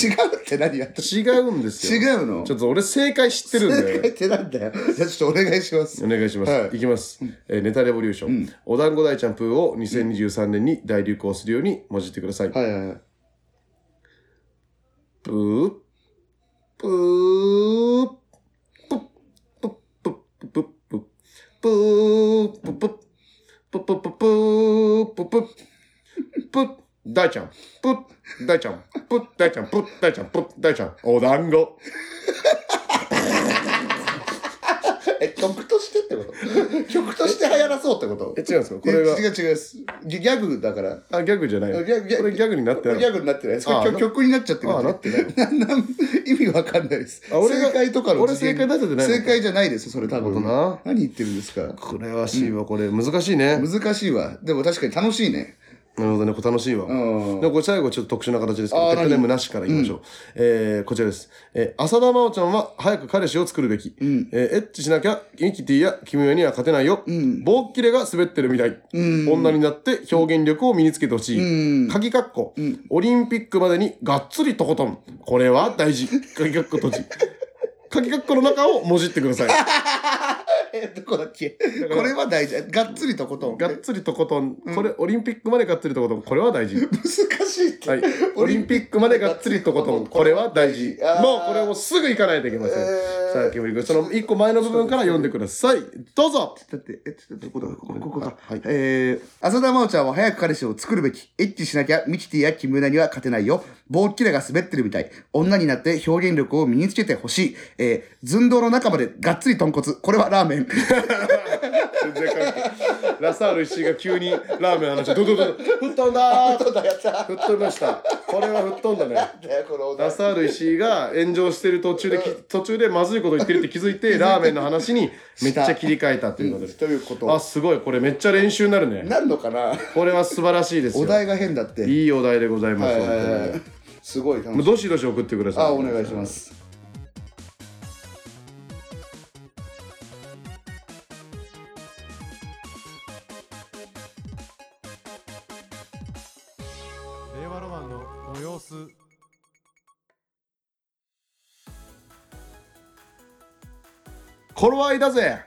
[SPEAKER 2] て何やった
[SPEAKER 1] 違うんです
[SPEAKER 2] 違
[SPEAKER 1] よ。
[SPEAKER 2] うの
[SPEAKER 1] ちょっと俺正解知ってる
[SPEAKER 2] 正
[SPEAKER 1] ん
[SPEAKER 2] 解
[SPEAKER 1] で。
[SPEAKER 2] ってなんだよ。じゃあちょっとお願いします。
[SPEAKER 1] お願いします。
[SPEAKER 2] はい
[SPEAKER 1] い、きます、えーネタレボリューション。
[SPEAKER 2] うん
[SPEAKER 1] お団子大チャンプーを2023年に大流行するようにもじってください。
[SPEAKER 2] はいはいはい。
[SPEAKER 1] プー、プー、プッ、プッ、プッ、プッ、プッ、プー、プッ、プッ、プッ、プッ、プッ、プー、プッ、プッ、プッ、大ちゃん、プッ、大ちゃん、プッ、大ちゃん、プッ、大ちゃん、プッ、大ちゃん、お団子。
[SPEAKER 2] え、曲としてってこと曲として流行らそうってこと
[SPEAKER 1] え、違うんですかこれが
[SPEAKER 2] え違う違うです。ギギャグだから。こ
[SPEAKER 1] あ、ギャグじゃない。
[SPEAKER 2] れ
[SPEAKER 1] こ
[SPEAKER 2] ギャグギャ
[SPEAKER 1] れ
[SPEAKER 2] グ
[SPEAKER 1] ギャグになって
[SPEAKER 2] これ
[SPEAKER 1] な
[SPEAKER 2] ギ
[SPEAKER 1] い。
[SPEAKER 2] ャグになってないです。こ
[SPEAKER 1] あ
[SPEAKER 2] れ曲曲になっちゃってる
[SPEAKER 1] あ、なってない。
[SPEAKER 2] なん意味わかんないです。
[SPEAKER 1] あ俺が
[SPEAKER 2] 正解とかの
[SPEAKER 1] 俺
[SPEAKER 2] 次
[SPEAKER 1] 正
[SPEAKER 2] 元
[SPEAKER 1] 解出せてないの
[SPEAKER 2] 正解じゃないです、それ多
[SPEAKER 1] なるほ
[SPEAKER 2] 分
[SPEAKER 1] どな。
[SPEAKER 2] 何言ってるんですか
[SPEAKER 1] これは C はこれ難しいね。
[SPEAKER 2] 難しいわ。でも確かに楽しいね。
[SPEAKER 1] なるほどね、これ楽しいわ。
[SPEAKER 2] うん
[SPEAKER 1] でもこれ最後ちょっと特殊な形ですけど、
[SPEAKER 2] あー
[SPEAKER 1] ペットネームなしからいきましょう。えー、こちらです。えー、浅田真央ちゃんは早く彼氏を作るべき。
[SPEAKER 2] ん
[SPEAKER 1] えーエッチしなきゃ、ミキティやキムヤには勝てないよ。
[SPEAKER 2] うん
[SPEAKER 1] 棒っ切れが滑ってるみたい。
[SPEAKER 2] うん
[SPEAKER 1] 女になって表現力を身につけてほしい。
[SPEAKER 2] うん
[SPEAKER 1] 鍵括弧
[SPEAKER 2] ん
[SPEAKER 1] オリンピックまでにがっつりとことん。これは大
[SPEAKER 2] <laughs>
[SPEAKER 1] 事。鍵括弧閉じ。鍵括弧の中をもじってく
[SPEAKER 2] <laughs>
[SPEAKER 1] ださい。
[SPEAKER 2] え、どこだっけこれは大事。がっつりとことん。
[SPEAKER 1] がっつりとことん。これ、オリンピックまでがっつりとことん。これは大事。
[SPEAKER 2] 難しいって。
[SPEAKER 1] はい、オリンピックまでがっつりとことん、これは大事。
[SPEAKER 2] あー
[SPEAKER 1] もうこれもうすぐ行かないといけません。
[SPEAKER 2] えー
[SPEAKER 1] さあ、キムリ君、その一個前の部分から読んでください。どうぞ
[SPEAKER 2] だって、え、ちょっと、どこだ、ここ、ここだ。
[SPEAKER 1] はい
[SPEAKER 2] えー、浅田真央ちゃんは早く彼氏を作るべき。エッチしなきゃ、ミキティやキムナには勝てないよ。棒っきれが滑ってるみたい。女になって表現力を身につけてほしい。えー、寸胴の中までがっつり豚骨。これはラーメ <laughs> ン。
[SPEAKER 1] 全然関係ないラサール石井が急にラーメンの話をドドドド吹っ飛んだー
[SPEAKER 2] うだ、やった。
[SPEAKER 1] 吹っ飛びました。これは吹っ飛んだね。
[SPEAKER 2] だよ、このお
[SPEAKER 1] ラサール石井が炎上してる途中でき、途中でまずいこと言ってるって気づいて、ラーメンの話にめっちゃ切り替えたということです。
[SPEAKER 2] というこ
[SPEAKER 1] あ、。すごい。これめっちゃ練習になるね。
[SPEAKER 2] なんのかな
[SPEAKER 1] これは素晴らしいですよ。
[SPEAKER 2] が変だって。
[SPEAKER 1] いいお題でございます。本当に
[SPEAKER 2] い。すごい楽
[SPEAKER 1] もう
[SPEAKER 2] い。
[SPEAKER 1] どしどし送ってください。す。
[SPEAKER 2] す。
[SPEAKER 3] 令和ロマンのご様子
[SPEAKER 1] 頃合いだぜ。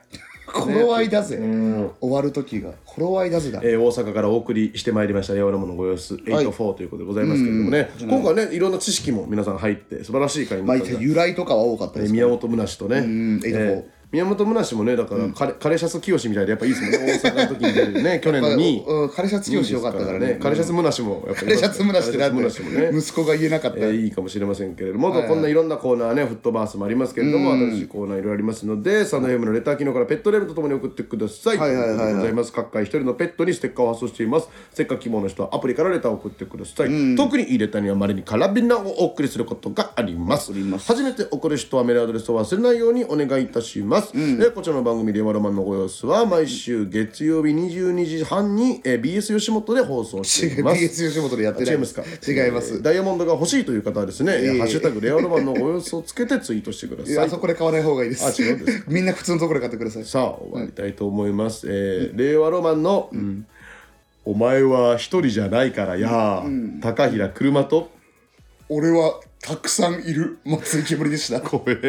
[SPEAKER 2] 頃合いだぜ。
[SPEAKER 1] ん。
[SPEAKER 2] 終わる時が。頃合いだぜだ。
[SPEAKER 1] えー、大阪からお送りしてまいりました「レオラモのご様子
[SPEAKER 2] い
[SPEAKER 1] 84」ということでございますけれどもね、今回ねいろんな知識も皆さん入って素晴らしい回に
[SPEAKER 2] ま
[SPEAKER 1] な
[SPEAKER 2] あ、
[SPEAKER 1] ったんで
[SPEAKER 2] 由来とかは多かった
[SPEAKER 1] え
[SPEAKER 2] で
[SPEAKER 1] ー
[SPEAKER 2] すけど
[SPEAKER 1] 宮本むなしとね、
[SPEAKER 2] んうん
[SPEAKER 1] えー
[SPEAKER 2] 84
[SPEAKER 1] 宮本むなしもねだから、カレカレシャツ清みたいでやっぱいいですもんね大阪の時
[SPEAKER 2] <laughs>
[SPEAKER 1] に出るね去年の
[SPEAKER 2] に
[SPEAKER 1] に、
[SPEAKER 2] うん、彼シャツ清しよかったからね。
[SPEAKER 1] カレシャツむなしもやっぱ
[SPEAKER 2] 彼シャツむなしってなん
[SPEAKER 1] カレ
[SPEAKER 2] で
[SPEAKER 1] シャツむなしもね
[SPEAKER 2] 息子が言えなかった。
[SPEAKER 1] えーいいかもしれませんけれども、
[SPEAKER 2] はいはい
[SPEAKER 1] こんないろんなコーナーねフットバースもありますけれども、
[SPEAKER 2] うん
[SPEAKER 1] 新しいコーナーいろいろありますのでサンドヘムのレター機能からペットレームとともに送ってください。
[SPEAKER 2] はいはいはいは
[SPEAKER 1] あ
[SPEAKER 2] い
[SPEAKER 1] りがとうございます各界一人のペットにステッカーを発送していますせっかく希望の人はアプリからレターを送ってください、特にいいレターにはまれにカラビナをお送りすることがあります初めて送る人はメールアドレスを忘れないようにお願いいたします、でこちらの番組「令和ロマン」のご様子は毎週月曜日22時半に、えー BS 吉本で放送してい
[SPEAKER 2] <laughs>
[SPEAKER 1] ます
[SPEAKER 2] BS 吉本でやってない。
[SPEAKER 1] 違いますか
[SPEAKER 2] 違います。
[SPEAKER 1] ダイヤモンドが欲しいという方はですね、
[SPEAKER 2] え
[SPEAKER 1] ハッシュタグレアロマンのおよそをつけてツイートしてくだ
[SPEAKER 2] いや
[SPEAKER 1] さ
[SPEAKER 2] あ
[SPEAKER 1] い。
[SPEAKER 2] そこで買わない方がいいです。
[SPEAKER 1] あ違うんです
[SPEAKER 2] みんな普通のところで買ってください。
[SPEAKER 1] さあ終わりたいと思います。えー令和ロマンの、お前は一人じゃないからや、高平車と
[SPEAKER 2] 俺はたくさんいる松井けむりでした。
[SPEAKER 1] ごめん